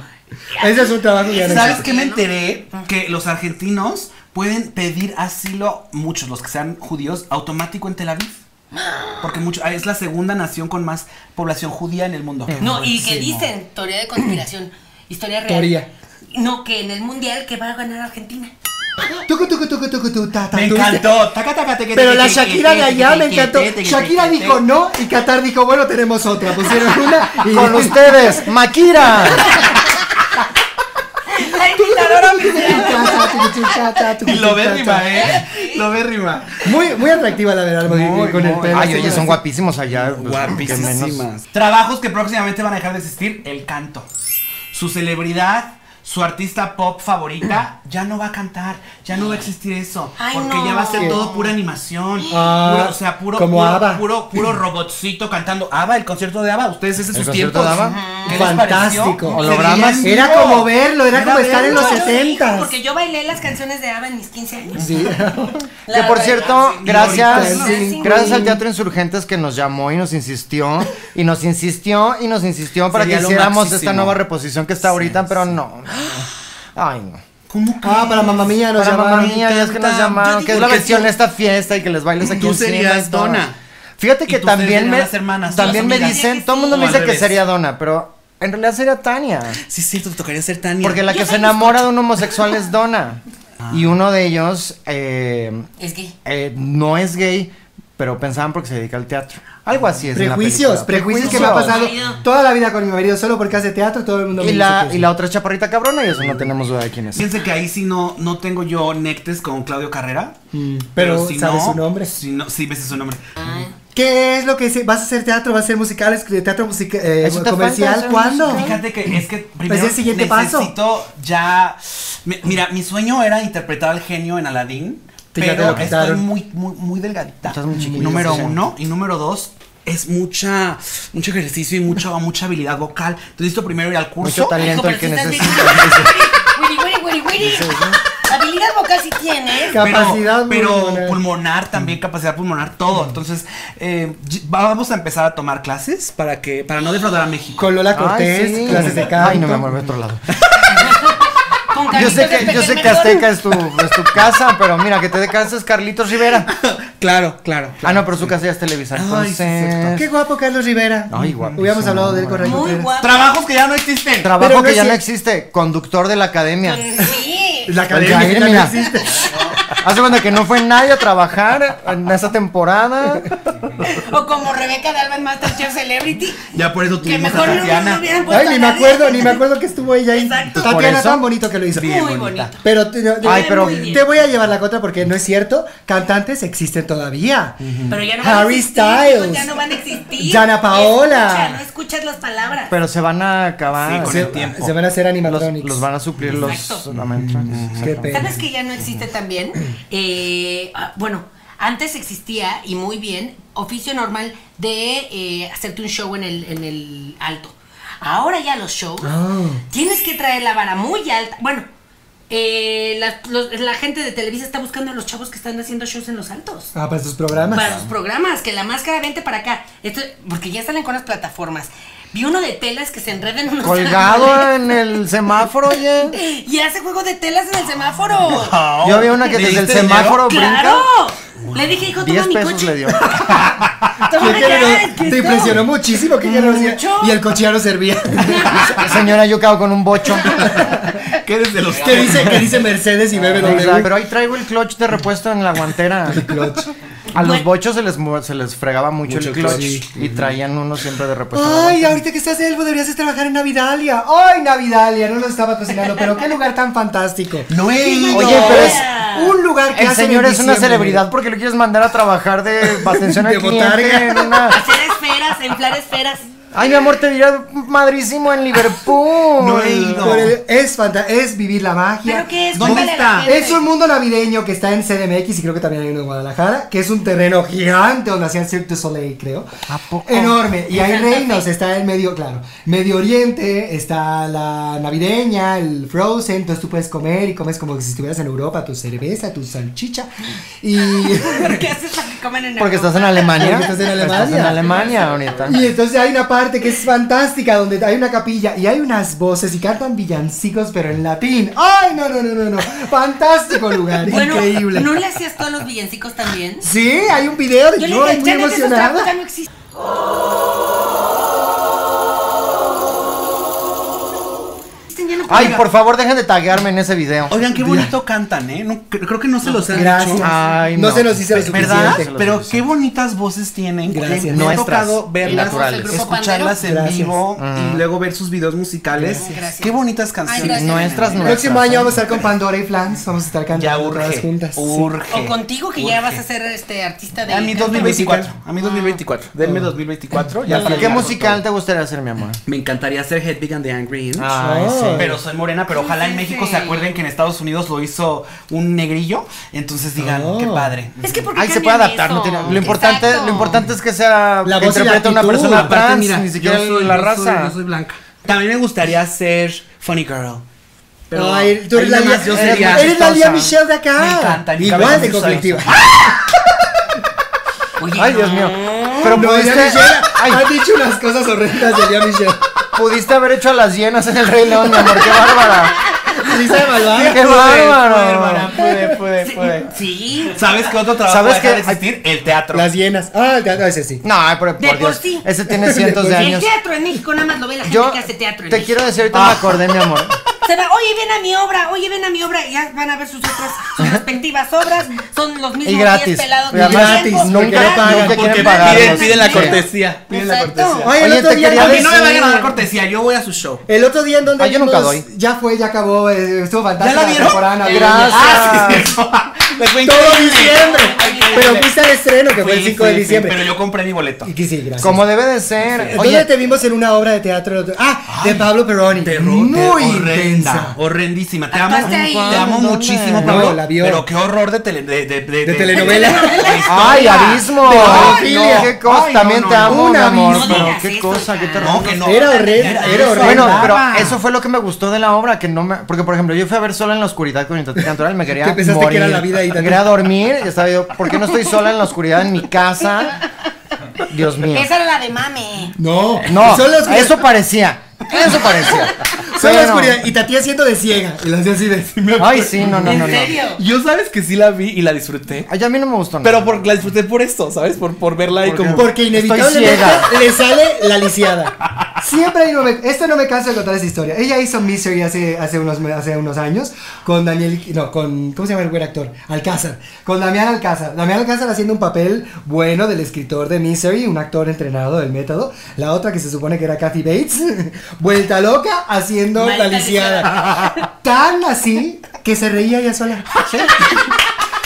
A: Ese es un trabajo que ya no
J: ¿Sabes
A: existe.
J: qué me enteré? Que los argentinos pueden pedir asilo, muchos, los que sean judíos, automático en Tel Aviv. Porque mucho, es la segunda nación con más población judía en el mundo.
C: No, y que dicen, teoría de conspiración, historia real.
A: Teoría.
C: No, que en el mundial que va a ganar Argentina.
A: Tucu, tucu, tucu, tucu, tu, ta, ta,
J: Me
A: tu,
J: encantó. Taca, taca, teque,
A: Pero
J: teque,
A: la
J: teque,
A: Shakira de
J: teque,
A: allá me
J: teque,
A: encantó.
J: teque, teque,
A: Shakira
J: teque,
A: dijo
J: teque.
A: no y Qatar dijo, bueno, tenemos otra. Pusieron una y
B: Con ustedes, Maquira.
C: La invitadora oficial.
J: Y lo ve rima, ¿eh? Lo ve rima.
A: Muy, muy atractiva la verdad, porque
J: Muy,
A: con el
J: muy.
A: pelo.
B: Ay,
A: así,
B: oye, son guapísimos allá. pues, que menos.
J: Guapísimas. Trabajos que próximamente van a dejar de existir, el canto. Su celebridad, su artista pop favorita, ya no va a cantar, ya no va a existir eso.
C: Ay,
J: porque
C: no.
J: ya va a ser
C: ¿Qué?
J: todo pura animación.
A: Ah,
J: puro- o sea, puro,
A: como
J: puro,
A: ABBA.
J: puro, puro robotcito cantando. ABBA, el concierto de ABBA, ustedes ese
B: ¿El
J: es sus
B: concierto
J: tiempos.
B: de ABBA?
J: ¿Qué les pareció?
A: Fantástico.
B: Hologramas.
J: Se veían
A: Era
J: vivo.
A: como verlo, era
J: Era
A: como estar en los
J: verlo. Yo
C: Yo digo,
A: 70
C: Porque yo bailé las canciones de Ava en mis 15 años.
A: Sí.
B: Que
C: La
B: por
C: verdad,
B: cierto,
J: sí.
B: gracias,
A: Ahorita, sí.
B: gracias al Teatro Insurgentes que nos llamó y nos insistió y nos insistió y nos insistió para
J: Sería
B: que
J: lo
B: hiciéramos
J: máximo.
B: esta nueva reposición que está ahorita, pero no. Ay, no.
J: ¿Cómo
A: Ah, para mamá mía nos
B: Para mamá
A: llamaron.
B: mía, ya es que nos
J: Tanta- Yo
B: llamaron,
J: digo
B: que es la
J: que
B: versión
J: tú-
B: de esta fiesta y que les bailes aquí
J: tú
B: encima y
J: serías
B: todo.
J: dona.
B: Fíjate
J: Y
B: que
J: tú ustedes
B: también
J: serían
B: me
J: las hermanas,
B: también
J: las
B: me
J: amigas.
B: dicen, todo el mundo me
J: O al
B: dice que
J: revés.
B: sería dona, pero en realidad sería Tania.
J: Sí, sí, te tocaría ser Tania.
B: Porque la
C: Yo
B: que se
C: soy
B: enamora de un homosexual es Donna.
J: Ah.
B: Y uno de ellos eh,
C: Es gay.
B: eh, no es gay, pero pensaban porque se dedica al teatro. Algo así es. en la
A: Prejuicios,
B: película.
A: prejuicios que me ha pasado toda la vida con mi marido, solo porque hace teatro todo el mundo me
B: Y la,
A: dice que
B: y
A: sí.
B: la otra es chaparrita cabrona, y eso no tenemos duda de quién es.
J: Fíjense que ahí sí no, no tengo yo nectes con Claudio Carrera.
A: Mm, pero
J: si
A: ¿sabes
J: no,
A: su nombre?
J: Si no, sí, me sé su nombre.
A: ¿Qué es lo que se- vas a hacer teatro? ¿Vas a hacer musicales, de teatro musica- eh,
B: Eso te
A: comercial?
B: falta, hacer
A: ¿Cuándo?
J: Fíjate que es que primero
A: Pues el siguiente paso.
J: necesito ya. mi- Mira, mi sueño era interpretar al genio en Aladdin,
A: Sí, ya te
J: pero
A: lo quitaron.
J: estoy muy, muy, muy delgadita.
B: Estás muy chiquita,
J: número
B: sí.
J: uno y número dos. Es mucha, mucho ejercicio y mucha, mucha habilidad vocal. Entonces, necesito primero ir al curso.
B: Mucho talento
C: Hijo,
B: el que
C: pero si
B: necesita.
C: estás bien- Wiri, wiri, wiri, wiri. Está bien habilidad vocal sí tienes.
B: Capacidad
J: pero,
B: pulmonar.
J: pulmonar. pulmonar también,
A: Mm.
J: capacidad pulmonar, todo. Entonces, eh, y- vamos a empezar a tomar clases para que para no defraudar a México.
A: Con Lola
B: Ay,
A: Cortés,
B: sí.
A: clases de canto.
B: Ay, no, me amor, ve a otro lado.
C: Con
B: Yo
C: Carlitos
B: sé
C: del
B: que, yo
C: Pequeño
B: sé que
C: Melón.
B: Azteca es tu, es tu casa, pero mira, que te descanses Carlitos Rivera.
J: Claro, claro.
B: Ah, no, pero su casa ya es Televisa,
J: Ay, sí,
B: entonces...
A: Qué guapo Carlos Rivera.
B: Ay, guapísimo.
A: Hubiéramos hablado de él con Ray
C: Muy
A: Contreras.
C: guapo.
J: Trabajos que ya no existen.
B: Trabajo
A: Pero no
B: que
A: es
B: ya no
A: cierto.
B: existe, conductor de la academia.
C: Sí.
A: La
B: Oye,
A: academia
B: ahí,
A: mexicana
B: mira.
A: existe.
B: Hace cuenta que no fue nadie a trabajar en esa temporada.
C: O como Rebeca de Alba en Masterchef Celebrity.
J: Ya por eso
C: Que
J: tuvimos
C: mejor
J: a
C: no
J: Tatiana.
C: no hubieran puesto
A: Ay,
C: a
A: ni me
C: nadie.
A: acuerdo, ni me acuerdo que estuvo ella ahí.
C: Exacto.
B: Por
A: Tatiana
B: eso.
A: tan bonito que lo hizo.
C: Muy bonito.
A: Pero te, no,
B: Ay,
A: te-
B: pero-
C: Muy bien.
A: te voy a llevar la contra porque no es cierto. Cantantes existen todavía.
C: Pero ya no van
A: Harry
C: a existir,
A: Styles.
C: hijos, Ya no van a existir.
A: Jana Paola.
C: Escucha, no escuchas las palabras.
B: Pero se van a acabar.
J: Sí, con
A: Se,
J: el tiempo.
A: se van a hacer
B: los,
A: animatronics.
B: los van a suplir los
C: Exacto.
B: animatronics.
A: Qué pena.
C: ¿Sabes que ya no existe también? Eh, ah, bueno, antes existía, y muy bien, oficio normal de eh, hacerte un show en el, en el alto. Ahora ya los shows
A: Ah.
C: tienes que traer la vara muy alta. Bueno, eh, la, los- la gente de Televisa está buscando a los chavos que están haciendo shows en los altos.
A: Ah, para sus programas.
C: Para sus programas, que la máscara vente para acá. Esto, porque ya salen con las plataformas. Vi uno de telas que se enredan unos
B: Colgado eh. en el semáforo, oye.
C: Y hace juego de telas en el semáforo.
B: Yo había una que
J: ¿Le
B: desde el
J: diste dinero?
B: semáforo Ah, brinca.
C: ¡Claro! Le dije, hijo, toma
B: 10
C: mi
B: pesos
C: coche.
B: le dio.
C: Toma
A: Qué
C: mi
A: género,
C: coche,
A: te
C: esto.
A: impresionó muchísimo que ya no hacía-
C: Mucho.
A: Y el coche ya no servía.
B: Señora, yo cago con un bocho.
J: Que desde los
A: ¿Qué dice, que dice Mercedes y bebe
B: Exacto,
A: donde
B: Pero ahí traigo el clutch de repuesto en la guantera. A los
C: Bueno.
B: bochos se les, mu- se les fregaba mucho,
J: Mucho
B: el clutch.
J: clutch.
B: Y traían uno siempre de repuesto. en la
A: Ay,
B: guantera.
A: ahorita que estás elfo deberías trabajar en Navidalia. Ay, Navidalia, no lo estaba cocinando, pero qué lugar tan fantástico.
J: No he ido.
B: Oye, pero es.
A: Un lugar que
B: El
A: hacen
B: señor
A: en
B: es una
A: diciembre.
B: celebridad porque lo quieres mandar a trabajar de atención al
A: De
B: cliente.
A: botarga.
B: en una-
C: Hacer esferas, inflar esferas.
B: Ay, mi amor, te diría madrísimo en Liverpool.
J: No he ido.
A: Por el- es fanta- es vivir la magia.
C: ¿Pero qué es?
J: ¿Dónde
C: Cuéntale a la
J: está?
C: gente.
A: Es un mundo navideño que está en CDMX y creo que también hay uno en Guadalajara, que es un terreno gigante donde hacían Cirque du Soleil, creo.
B: ¿A poco?
A: Enorme. Y hay reinos, está el medio, claro, Medio Oriente, está la navideña, el Frozen, entonces tú puedes comer y comes como si estuvieras en Europa, tu cerveza, tu salchicha. Y,
C: ¿Por qué haces lo que comen en
B: Porque
C: Europa?
B: estás en Alemania.
A: Porque estás en
B: Estás en
A: Alemania.
B: Alemania ahorita.
A: y entonces hay una parte que es fantástica, donde hay una capilla y hay unas voces y cantan villancicos, pero en latín. ¡Ay, no, no, no, no, no! Fantástico lugar,
C: Bueno,
A: increíble.
C: ¿no le hacías todos los villancicos también?
A: Sí, hay un video de
C: Yo
A: yo,
C: le dije,
A: muy
C: ya no, esos tragos ya
A: emocionada.
C: no existen. Ya no
B: Ay, por favor, dejen de taguearme en ese video.
J: Oigan, qué bonito cantan, ¿eh? No, cre- creo que no se los han
A: Gracias.
J: hecho.
B: Ay,
A: no.
B: no.
A: se nos hizo lo suficiente.
J: ¿Verdad?
B: Se los
J: Pero
B: hice.
J: qué bonitas voces tienen.
A: Gracias.
J: Me ha
B: Nuestras
J: tocado
B: y
J: verlas,
B: naturales.
C: Grupo
J: escucharlas en
A: Pandero. Gracias.
J: vivo y luego ver sus videos musicales.
C: Gracias.
J: Qué bonitas
C: Ay,
J: canciones.
C: gracias.
B: Nuestras,
A: El
B: nuestras.
A: próximo año vamos a estar con Pandora y Flans. Vamos a estar
J: Ya
A: cantando todas
J: urge.
A: juntas. sí.
J: Urge.
C: O contigo que ya vas a ser este artista
B: Ah,
C: de
J: A mí 2024. A mí 2024. Denme 2024. Ya
B: ¿Qué musical te gustaría hacer, mi amor?
J: Me encantaría hacer Hedwig and the Angry Inch.
B: Ay, sí.
J: Pero soy morena, pero ojalá en
C: sí,
J: México
C: sí.
J: se acuerden que en Estados Unidos lo hizo un negrillo. Entonces digan,
A: Oh.
J: qué padre.
C: Es que porque
B: Ahí se puede adaptar, no tiene- Lo importante, lo importante es que sea
A: La
B: que
A: voz y la
B: interprete a una
A: actitud.
B: persona
A: Aparte,
B: trans, ni siquiera la raza.
J: blanca. También me gustaría ser Funny Girl. Pero
A: Ay, tú
J: ahí
A: eres la,
J: nomás
A: Lía-
J: yo
A: eres-
J: sería-
A: eres la Lía
B: chistosa.
A: Michelle de acá.
J: Me encanta, mi cabeza
A: Igual de
J: es
A: conflictiva.
B: Ay, Dios mío. Pero
A: No, Lía
B: pudiste,
A: Michelle
B: ay,
A: ha dicho unas cosas horrendas de Lía Michelle.
B: pudiste haber hecho a las hienas en el Rey León, mi amor. Qué bárbara.
A: Lisa de Malvada.
B: Qué
J: hermana,
B: bárbaro.
J: puede, puede, puede.
C: Sí.
J: ¿Sabes qué otro trabajo
B: ¿Sabes
J: ¿Sabes
B: qué?
J: de existir? El teatro.
A: Las hienas. Ah, el teatro ese sí.
B: No, ay, pero
C: De
B: por
C: por
B: Dios.
C: sí.
B: Ese tiene cientos de
C: El
B: años.
C: teatro en México nada más lo ve la gente
B: Yo
C: que hace teatro. en
B: te
C: México.
B: quiero decir, ahorita
A: Ah.
B: me acordé, mi amor.
C: Se va, oye, ven a mi obra, oye, ven a mi obra. Y ya van a ver sus otras, sus respectivas obras. Son los mismos
B: Y
C: diez
B: gratis.
C: pelados.
B: Y
C: todo el
A: gratis,
C: tiempo.
A: nunca
C: Gratis.
A: lo pagan.
B: Nunca
J: Porque
B: quieren pagar.
J: piden,
B: los-
J: piden la
B: Sí.
J: cortesía. Piden la
C: Exacto.
J: cortesía.
A: Oye, el
B: Oye,
A: otro
B: te
A: día
B: quería
J: A mí
A: en-
J: no me vayan a
B: decir-
J: dar cortesía, yo voy a su show.
A: El otro día en donde
B: Ah, yo nunca
A: vimos-
B: doy.
A: ya fue, ya acabó, eh, estuvo fantástica
J: ¿Ya la vieron?
A: temporada navideña.
B: Gracias.
J: Les fue
A: Todo
J: increíble.
A: diciembre.
J: Ay, qué
A: Pero fuiste al estreno, que fue el
J: Fui,
A: 5 de
J: fui, fui,
A: diciembre.
J: Pero yo compré mi boleto.
A: Y que sí, gracias.
B: Como debe de ser.
A: ¿Dónde
B: Oye,
A: te vimos en una obra de teatro? el otro- Ah, de Pablo Peroni.
J: Muy
A: Muy
J: horrenda,
A: intensa.
J: horrendísima. Te amo,
C: Actuaste ahí.
J: te amo
B: ¿Dónde?
J: muchísimo,
A: No,
J: Pablo.
A: la vio.
J: Pero qué horror de, tele- de, de,
A: De telenovela.
B: ay, abismo.
A: De
B: Ay,
A: pedofilia.
B: no, qué cosa,
J: Ay, no,
B: también
J: no,
B: te
J: no,
B: amo,
A: un
B: mi amor.
C: abismo.
B: pero
C: No digas
B: qué
C: eso,
B: cosa, qué
C: ya.
B: terror.
J: No, que no.
A: Era horrenda, era
J: eso.
A: horrenda.
B: Bueno, pero
A: Brava.
B: eso fue lo que me gustó de la obra, que no me... Porque, por ejemplo, yo fui a ver sola en la oscuridad con Intatí Cantoral, me quería
A: Te pensaste que
B: morir.
A: era la vida y tanto.
B: Quería dormir, ya estaba yo, ¿por qué no estoy sola en la oscuridad en mi casa? Dios mío.
C: Esa era la de mame.
A: No,
B: No,
A: Solo oscuridad-
B: eso parecía, eso parecía.
A: solo
B: Pero-
A: oscuridad. Y Tati haciendo de ciega. Y la hacía así de.
J: Ah,
B: Ay, sí, no, no, no, no.
C: ¿En serio?
J: Yo sabes que sí la vi y la disfruté.
B: Ay, a mí no me gustó nada.
J: Pero por, la disfruté por esto, ¿sabes? Por, por verla y como.
A: Porque inevitablemente
B: ciega.
A: le sale la lisiada. Siempre hay no me, esto no me canso de contar esa historia. Ella hizo Misery hace, hace, unos, hace unos años con Daniel, no, con, ¿cómo se llama el buen actor? Alcázar. Con Damián Alcázar. Damián Alcázar haciendo un papel bueno del escritor de Misery, un actor entrenado del método. La otra que se supone que era Kathy Bates, vuelta loca haciendo la
C: Maldita
A: lisiada. Tan así que se reía ella sola.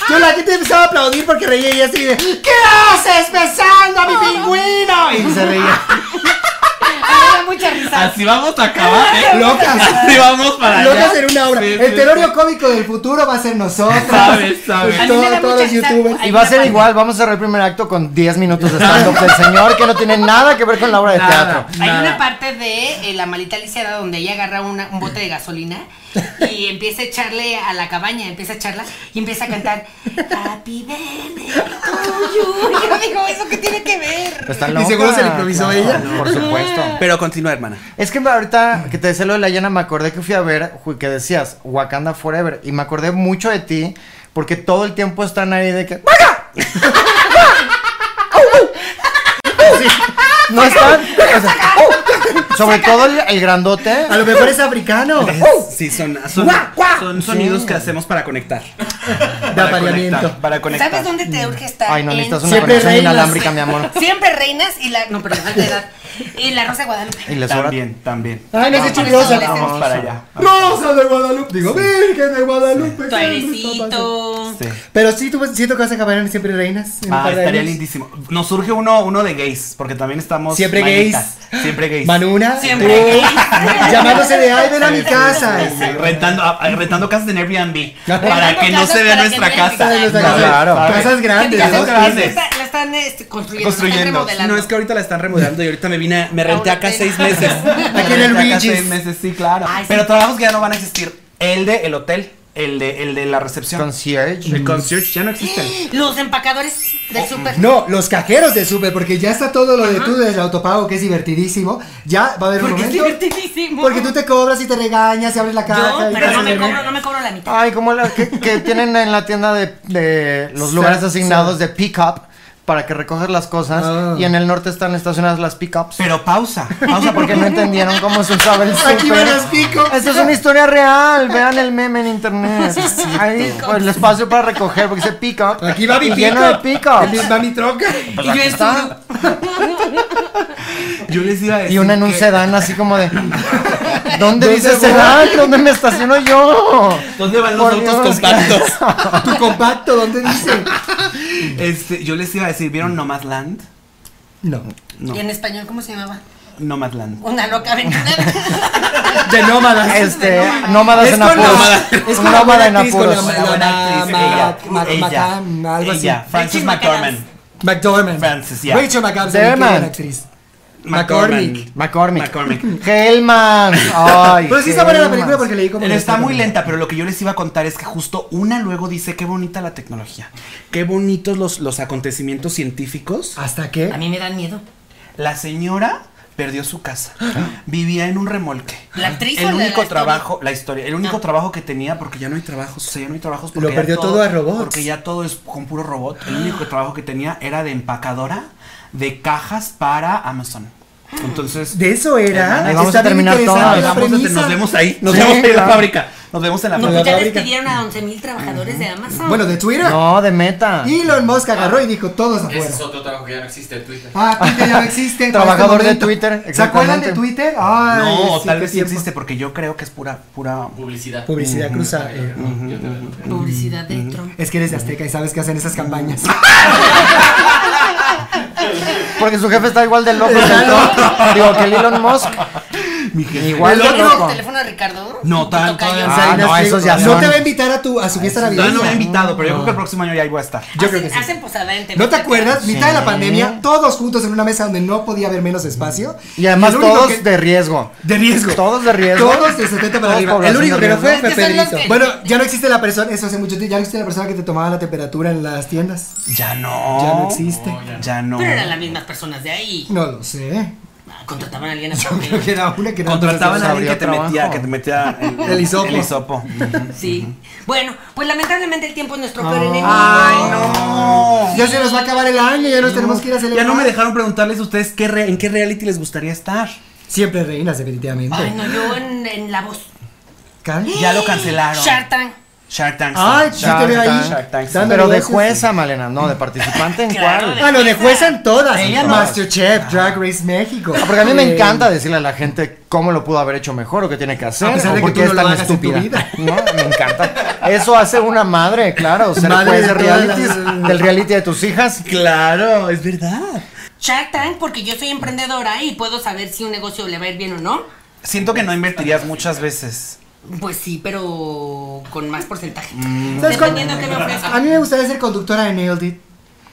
A: Yo la gente empezaba a aplaudir porque reía y así de ¿Qué haces besando a mi pingüino? Y se reía.
C: Ah, me da mucha risa.
J: Así vamos a acabar, ¿eh?
A: Locas.
J: Así vamos para allá.
A: Locas en una obra.
J: Sí,
A: El
J: sí,
A: telorio cómico del futuro va a ser nosotros.
J: Sabes, sabes.
C: A mí me
A: Todo-
C: da
A: todos
C: mucha
A: los
C: risa.
A: youtubers.
B: Y
C: Hay
B: va a
C: una
B: ser
C: parte-
B: igual, vamos a cerrar el primer acto con 10 minutos de stand-up del señor que no tiene nada que ver con la obra de
J: Nada.
B: teatro.
C: Hay
J: Nada.
C: una parte de eh, la malita lisiada donde ella agarra una- un bote de gasolina y empieza a echarle a la cabaña, empieza a echarla y empieza a cantar Happy birthday to you". Yo digo, ¿eso qué tiene que ver?
B: Está
A: Y seguro
B: loca.
A: se le improvisó ella.
B: Por supuesto.
J: Pero continúa, hermana.
B: Es que ahorita que te decía lo de la llana, me acordé que fui a ver ju- que decías Wakanda Forever. Y me acordé mucho de ti porque todo el tiempo están ahí de que. ¡Vaga! No están. o sea, oh, sobre todo el, el grandote.
A: A lo mejor es africano. De
J: Sí, son, son, son sonidos que hacemos para conectar. Para
A: apareamiento.
J: conectar, Para conectar.
C: ¿Sabes dónde te urge estar?
B: Ay, no necesitas una
A: Siempre
B: conexión
A: reinas.
B: inalámbrica, mi amor.
C: Siempre reinas y la. No, pero falta de edad. Y la Rosa de Guadalupe.
B: Y les sobra-
J: También, también.
A: Ay, no es
C: Vamos,
A: chibrosa.
C: vamos,
J: Vamos para allá.
A: Rosa de Guadalupe. Digo, Virgen de Guadalupe.
C: Tu
A: ¿qué me está pasando?
C: airecito.
J: Sí.
A: Pero sí, tú siento que vas a acabar en siempre reinas. en un
J: Ah,
A: par de
J: estaría
A: años.
J: lindísimo. Nos surge uno, uno de gays, porque también estamos.
A: Siempre
J: manitas. Siempre gays.
A: Manuna.
C: Siempre
A: tú,
C: gay.
A: Llamándose de ay, ven a mi
J: Sí,
A: casa.
J: sí, sí. Rentando, a- a- rentando casas en Airbnb para
C: Rentando
J: que no
C: casas
J: se vea
C: para que
J: nuestra
C: no
J: casa.
C: vean nuestra
A: casa.
B: Claro.
A: Casas grandes,
C: Ya se-
A: ¿no?
C: ya se
J: Grandes.
C: está- La están este, construyendo, la
J: Construyendo.
C: están remodelando.
J: No, es que ahorita la están remodelando y ahorita me vine, a- me renté acá
C: Ahora
J: seis
C: te-
J: meses.
A: Aquí en el
J: Me renté acá
A: Regis.
J: seis meses, sí, claro.
C: Ay, sí.
J: Pero trabajos que ya no van a existir. El de el hotel, el de, el de la recepción.
B: Concierge.
J: el concierge ya no existen.
C: Los empacadores del súper.
A: No, los cajeros de Super, porque ya está todo lo de tú desde el autopago, que es divertidísimo. Ya va a haber un
C: Porque es
A: momento.
C: divertidísimo.
A: Porque tú te cobras y te regañas y abres la caja.
C: Yo,
A: y te
C: pero no me
A: haces
C: cobro,
A: regañar.
C: no me cobro la
A: Ah,
C: mitad.
B: Ay, como la que, que tienen en la tienda de, de los
A: Sí,
B: lugares
A: sí.
B: asignados de pick-up para que recojas las cosas.
A: Ah.
B: Y en el norte están estacionadas las pick-ups.
J: Pero pausa.
B: Pausa porque no entendieron cómo se usaba el
A: Aquí
B: súper.
A: van las pico.
B: Esto es una historia real. Vean el meme en internet. Ahí pues, el espacio para recoger porque dice pick-up.
A: Aquí va mi
B: y
A: pico.
B: lleno de pick-ups.
A: Va mi troca.
C: y yo en su-
J: Yo les iba a decir.
B: Y una en un
J: que-
B: sedán así como de ¿Dónde dice
A: voy?
B: sedán? ¿Dónde me estaciono yo?
J: ¿Dónde van los
B: Por
J: autos
B: Dios.
J: compactos?
A: Tu compacto, ¿dónde dice?
J: Este, yo les iba a decir,
A: Mm.
J: ¿vieron Nomadland?
A: No.
J: No.
C: ¿Y en español cómo se llamaba?
J: Nomadland.
C: Una loca aventura.
A: De nómadas.
B: Este, nómadas
A: Es
B: en
A: con
B: apuros.
A: nómada. Es con la
B: nómada en
A: buena actriz, con
B: apuros.
A: la
J: Una buena actriz,
A: Ma-
J: ella,
A: ma-
J: ella,
A: McCann, algo así.
J: ella, Eh, Frances
C: Richie
J: McDormand.
A: McDormand.
J: Frances, ya.
A: Rachel McAdams, que es
B: Derman.
A: buena actriz. McCormick.
B: McCormick.
J: McCormick.
B: Hellman. Ay,
A: Pero sí está buena la película
B: Hellman.
A: porque leí como.
J: Pero está muy
A: lenta.
J: lenta, pero lo que yo les iba a contar es que justo una luego dice qué bonita la tecnología, qué bonitos los, los acontecimientos científicos.
A: ¿Hasta
C: A
A: qué?
C: mí me dan miedo.
J: La señora perdió su casa, vivía en un remolque.
C: ¿La actriz o
J: El
C: la- la
J: único
C: historia?
J: trabajo, la historia, el único
C: Ah.
J: trabajo que tenía, porque ya no hay trabajos, o sea, ya no hay trabajos.
A: Lo
J: porque ya
A: perdió todo a robots.
J: Porque ya todo es con puro robot. El único trabajo que tenía era de empacadora de cajas para Amazon. Entonces,
A: De eso era.
B: Ahí vamos
A: Está
B: a
A: bien
B: terminar
A: interesante
B: todas.
A: la
J: Vamos a-
A: premisa.
J: nos vemos ahí. Nos
B: Sí,
J: vemos ahí en la
B: claro.
J: fábrica. Nos vemos en la
C: No,
A: la
C: pues ya
A: fábrica.
C: despidieron a 11 mil trabajadores de Amazon.
A: Bueno, de Twitter.
B: No, de meta.
A: Elon Musk agarró y dijo todos
I: Ah. Ese
A: afuera.
I: es otro trabajo que ya no existe en Twitter.
A: Ah, Twitter ya no existe. para
B: Trabajador de
A: momento.
B: Twitter,
A: ¿Se acuerdan
B: exactamente.
A: de Twitter? Ay,
J: No,
A: sí,
J: tal
A: qué
J: vez sí
A: tiempo.
J: existe porque yo creo que es pura, pura.
I: Publicidad.
A: Publicidad
B: Mm.
A: cruzada.
I: Ah, yo
A: eh.
I: también, yo también.
C: Publicidad de Trump.
A: Es que eres de Azteca y sabes que hacen esas campañas.
B: Ah, Porque su jefe está igual de loco que el Trump. Digo, que el Elon Musk. Igual de
C: ¿Ya vieron
B: loco.
C: el teléfono de Ricardo?
J: No,
C: tan
J: tanto, eh.
B: Ah, no, esos ya
A: No
B: son. Ah,
A: te va a invitar a tu a su fiesta
J: Todavía
A: navideña.
J: no me ha invitado, pero yo creo que el próximo año ya ahí voy a estar.
A: Yo creo que
C: Hacen-
A: sí.
C: Hacen posada en
A: ¿No te
C: Tepoztlán.
A: acuerdas? Mitad de la
B: Sí.
A: pandemia, todos juntos en una mesa donde no podía haber menos espacio.
B: Y además
A: el único
B: todos
A: que-
B: de riesgo.
A: de riesgo.
B: Todos de riesgo.
A: Todos de 70 para
B: Todos
A: arriba. El
B: población
A: único
B: de
A: que no fue
B: riesgo.
A: fue
C: Es que son los
A: Pedrito.
C: que-
A: Bueno, ya no existe la persona, eso hace mucho tiempo, ya no existe la persona que te tomaba la temperatura en las tiendas.
J: Ya no.
A: Ya no existe.
J: Ya no.
C: Pero eran las mismas personas de ahí.
A: No lo sé.
C: Ah, Contrataban a alguien a
A: Creo que era una que era
J: Contrataban a alguien que
B: Habría
J: te metía,
B: trabajo.
J: que te metía el,
A: El hisopo.
J: el hisopo.
C: Sí. Bueno, pues lamentablemente el tiempo es nuestro peor enemigo.
J: Ay, no.
A: Ya se nos va a acabar el año, ya nos tenemos que ir a
J: Ya
A: celebrar.
J: no me dejaron preguntarles a ustedes qué re- en qué reality les gustaría estar.
A: Siempre reinas, definitivamente.
C: Ay, no, yo en, en la voz.
A: Cal-
J: Ya lo cancelaron.
C: Shark Tank.
J: Shark Tank. sí.
A: Ay, sí te veo ahí.
J: Shark Tank, sí.
A: dando
B: Pero de
A: negocios.
B: jueza, Malena. No, de participante en
C: Claro,
B: cuál.
A: Ah, no, de jueza en todas.
J: Ella no.
C: Ah.
A: Masterchef, Drag Race México.
B: Ah, Porque a mí
A: Eh,
B: me encanta decirle a la gente cómo lo pudo haber hecho mejor o qué tiene que hacer.
A: A pesar de
B: o
A: que
B: por
A: tú
B: qué
A: no
B: es
A: lo
B: tan
A: hagas en tu
B: estúpida.
A: vida.
B: No, me encanta. Eso hace una madre, claro. Ser
A: Madre
B: juez
A: de
B: de
A: todas
B: realities,
A: las-
B: del reality de tus hijas.
J: Claro, es verdad.
C: Shark Tank porque yo soy emprendedora y puedo saber si un negocio le va a ir bien o no.
J: Siento que no invertirías muchas veces.
C: Pues sí, pero con más porcentaje.
J: Mm.
A: ¿Sabes cuál?
C: Dependiendo que me
A: A
C: ofrezcan.
A: mí me gustaría ser conductora de Nailed It.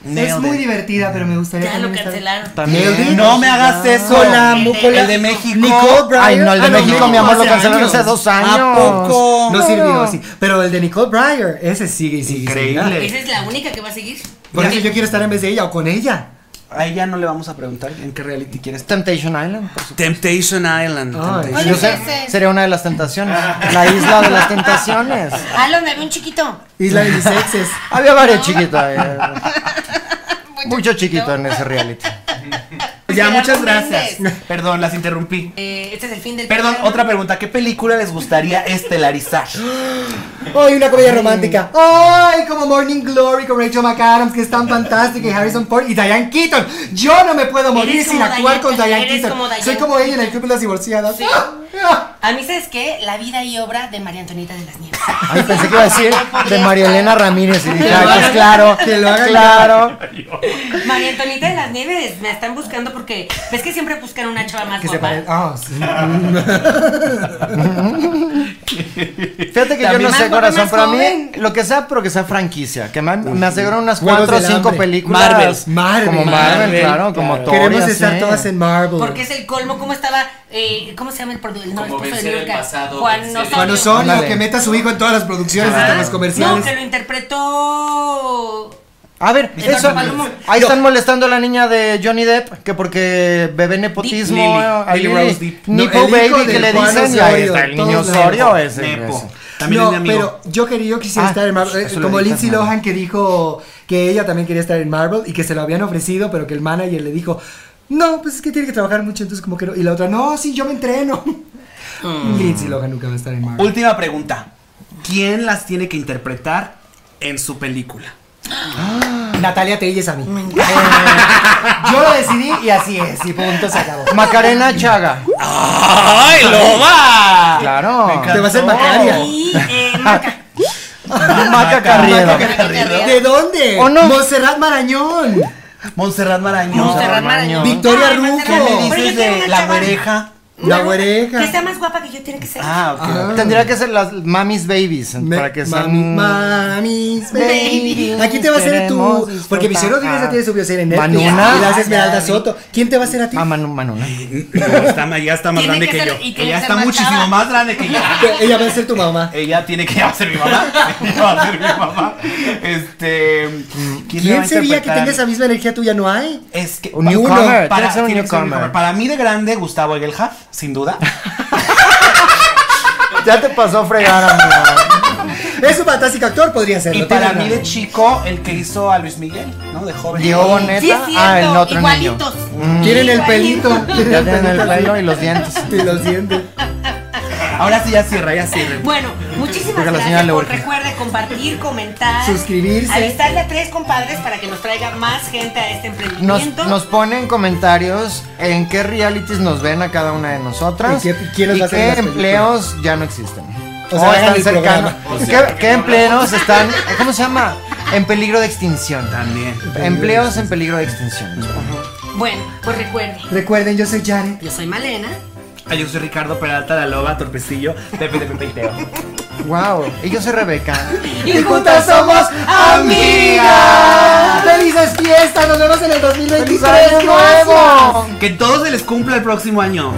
A: es
J: Nailed
A: muy
J: It.
A: divertida, pero me gustaría.
C: Ya lo
A: también estar-
C: cancelaron.
A: Nailed It.
J: No me hagas eso.
A: Con la-
C: con la-
J: el de México.
A: Nicole Bryant.
B: Ay, no, el de
A: Ah,
B: México, mi amor, lo
A: hace
B: cancelaron
A: años.
B: hace dos años.
J: ¿A poco?
A: No sirvió, sí. Pero el de Nicole Breyer, ese sigue y sigue. y sigue.
J: Increíble.
C: Esa es la única que va a seguir.
A: Por eso yo quiero estar en vez de ella o con ella.
J: A ella no le vamos a preguntar en qué reality quieres.
B: Temptation Island. por supuesto.
J: Temptation Island.
A: Ay.
B: Yo sé, sería una de las tentaciones.
A: Ah.
B: La isla de las tentaciones.
C: Ah, lo me ve un chiquito.
A: Isla de mis exes.
B: Había varios chiquitos. eh. Mucho chiquito en ese reality.
J: pues, Ya,
C: Gerardo
J: muchas gracias.
C: Méndez.
J: Perdón, las interrumpí.
C: Eh, este es el fin del
J: Perdón,
C: programa.
J: otra pregunta. ¿Qué película les gustaría estelarizar?
A: Ay, una comedia romántica. Ay, como Morning Glory con Rachel McAdams, que es tan fantástica, y Harrison Ford y Diane Keaton. Yo no me puedo morir
C: Eres
A: sin
C: como
A: actuar
C: Diane
A: con
C: Keaton,
A: Diane
C: eres
A: Keaton.
C: como Diane
A: Soy como ella en el club de las divorciadas.
C: Sí.
A: Ah,
C: A mí, ¿sabes qué? La vida y obra de María Antonieta de las Nieves.
B: Ay, pensé que iba a decir de María Elena Ramírez. Y dije, ay, pues claro,
A: Que lo hagan
B: claro.
C: María Antonieta de las Nieves, me están buscando porque ves que siempre buscan una chava más
A: Que se
C: guapa.
A: pare- Ah, sí.
B: Fíjate que yo
A: También
B: no sé
A: más
B: corazón,
A: joven,
B: pero a mí
A: joven.
B: lo que sea, pero que sea franquicia, que me, me aseguran unas
A: Juegos
B: cuatro o
A: del
B: cinco
A: hambre.
B: películas.
J: Marvel.
A: Marvel.
B: Como Marvel,
A: Marvel,
B: claro, como todo.
A: Queremos estar todas en Marvel.
C: Porque es el colmo, ¿cómo estaba? eh, ¿Cómo se llama el produ- no,
I: Como
C: el esposo de
I: vencer el
C: Niurka?
I: pasado,
C: Juan
I: vencer
C: Osorio.
I: el-
A: Juan Osorio,
B: Ándale.
A: que meta a su hijo en todas las producciones
C: Ah,
A: hasta las
C: No, que
A: comerciales.
C: lo interpretó.
B: A ver,
C: Eduardo
B: eso,
C: Palomo.
B: ahí están molestando a la niña de Johnny Depp, que porque bebé nepotismo,
J: Lily,
B: a
J: Lily Rose
B: Nepo
J: Depp.
A: No, el hijo
B: Baby que
A: del
B: le
A: Juan
B: dicen, y ahí
A: Osorio,
B: está el niño
A: todos la-
B: Osorio ese.
J: Nepo.
B: ese.
J: También
A: no,
J: es mi amigo.
A: pero yo quería, yo quisiera
B: Ah,
A: estar en Marvel. eh,
B: eso lo
A: como
B: editas,
A: Lindsay
B: ¿no?
A: Lohan que dijo que ella también quería estar en Marvel y que se lo habían ofrecido, pero que el manager le dijo, no, pues es que tiene que trabajar mucho, entonces como que no. Y la otra, no, sí, yo me entreno.
B: Mm.
A: Lindsay Lohan nunca va a estar en Marvel.
J: Última pregunta. ¿Quién las tiene que interpretar en su película?
A: Ah, Natalia Telles a mí. Eh, yo lo decidí y así es, y punto, se acabó.
B: Macarena Chaga.
J: ¡Ay, loba!
B: Claro.
A: Te va a hacer Macaria.
C: Y eh, Maca.
B: Maca Carriedo.
A: Maca
C: Carriedo.
A: ¿De dónde?
B: ¿O no?
A: Montserrat Marañón.
J: Montserrat Marañón.
C: Montserrat Marañón.
A: Victoria
C: Ay,
A: Rufo.
C: Montserrat.
A: ¿Qué me
C: Pero yo
J: Dices
C: quiero
J: de
C: una
J: la
C: chava-
J: güereja.
A: La
C: una-
A: güereja.
C: Que está más guapa que yo, tiene que ser.
J: Ah, ok.
A: Ah.
B: Tendría que ser las Mamis Babies, para que sean...
A: Mami's baby.
B: Babies,
A: Aquí te va a hacer tu.
B: queremos disfrutar.
A: Porque Vicente Rodríguez ya tiene su bioserie en Netflix.
B: Manuna.
A: Y la hace Esmeralda Soto. ¿Quién te va a hacer a ti?
B: Ah, Manu, Manuna.
J: Eh, No, está, ma- ya está más
C: Tiene
J: grande
C: que
J: que,
C: ser-
J: yo.
C: y tiene que
J: Ella
C: ser
J: está
C: más
J: muchísimo
C: chava.
J: más grande que yo.
A: Ella va a ser tu mamá.
J: Ella tiene que hacer mi mamá. Ella va a ser mi mamá. Este. ¿Quién, le va
A: ¿Quién
J: a
A: sería que
J: interpretar?
A: tenga esa misma energía tuya? No hay.
J: Es que.
B: Un
A: Uno,
B: newcomer, tiene
J: para,
B: que ser un
J: tiene que ser un
B: newcomer.
J: newcomer. Para mí de grande, Gustavo Egelhaf, sin duda.
B: Ya te pasó fregar, amigo.
A: Es un fantástico actor, podría ser.
J: Y para mí de chico, el que hizo a Luis Miguel, ¿no? De joven.
B: Diego Boneta.
C: Sí, es cierto.
B: ah, el otro niño.
C: igualitos.
A: Quieren el pelito.
B: Ya tienen el pelo y los dientes.
A: Y los dientes.
J: Ahora sí ya cierra, ya cierra.
C: Bueno, muchísimas
B: Porque a la señora
C: gracias
B: le
C: por
B: urge.
C: recuerde compartir, comentar,
A: Suscribirse.
C: avistarle a tres compadres para que nos traiga más gente a este
B: Nos,
C: emprendimiento.
B: nos ponen comentarios en qué realities nos ven a cada una de nosotras.
A: ¿Y qué- quiénes
B: y
A: va a ser
B: qué
A: las películas?
B: empleos ya no existen.
A: O sea, hagan el
I: programa. O sea,
B: ¿Qué,
I: que
B: qué
I: no
B: empleos están, cómo se llama? En peligro de extinción.
J: También.
B: Empleos en peligro de extinción.
C: Bueno, pues recuerde,
A: Recuerden, yo soy Janet.
C: yo soy Malena.
J: Ay, Yo soy Ricardo Peralta, la loba, torpecillo, Pepe de Pepe y Teo.
B: Wow. Y yo soy Rebeca.
C: Y
A: juntas somos
B: amigas.
A: ¡Felices fiestas! ¡Nos vemos en el 2023!
B: ¡Feliz año
A: ¡Gracias!
B: nuevo!
J: Que todos se les cumpla el próximo año.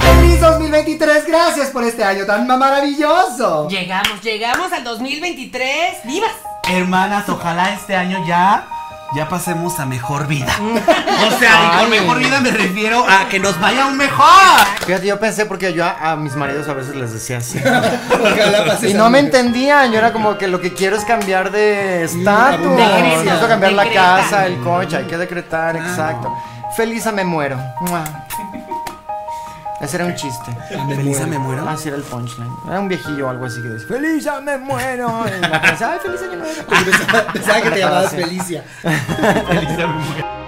A: ¡Feliz 2023! ¡Gracias por este año tan maravilloso!
C: Llegamos, llegamos al 2023. ¡Vivas!
J: Hermanas, ojalá este año ya. Ya pasemos a mejor vida. O sea, y con
B: Ay.
J: mejor vida me refiero a que nos vaya un mejor.
B: Fíjate, yo pensé porque yo a, a mis maridos a veces les decía así.
A: Ojalá pases
B: Y no
A: algo.
B: me entendían, yo era como que lo que quiero es cambiar de estatus,
A: abundancia.
B: quiero cambiar la
C: Decreta.
B: casa, el coche, hay que decretar, exacto. Feliz a me muero. Mua. Ese era un chiste.
J: Feliz a me muero.
B: Así era el punchline. Era un viejillo o algo así que decía, feliz a me muero. Y la casa, ay, feliz año nuevo. Ah,
A: Pensaba- Pensaba que te llamabas Felicia.
J: Feliz a me muero.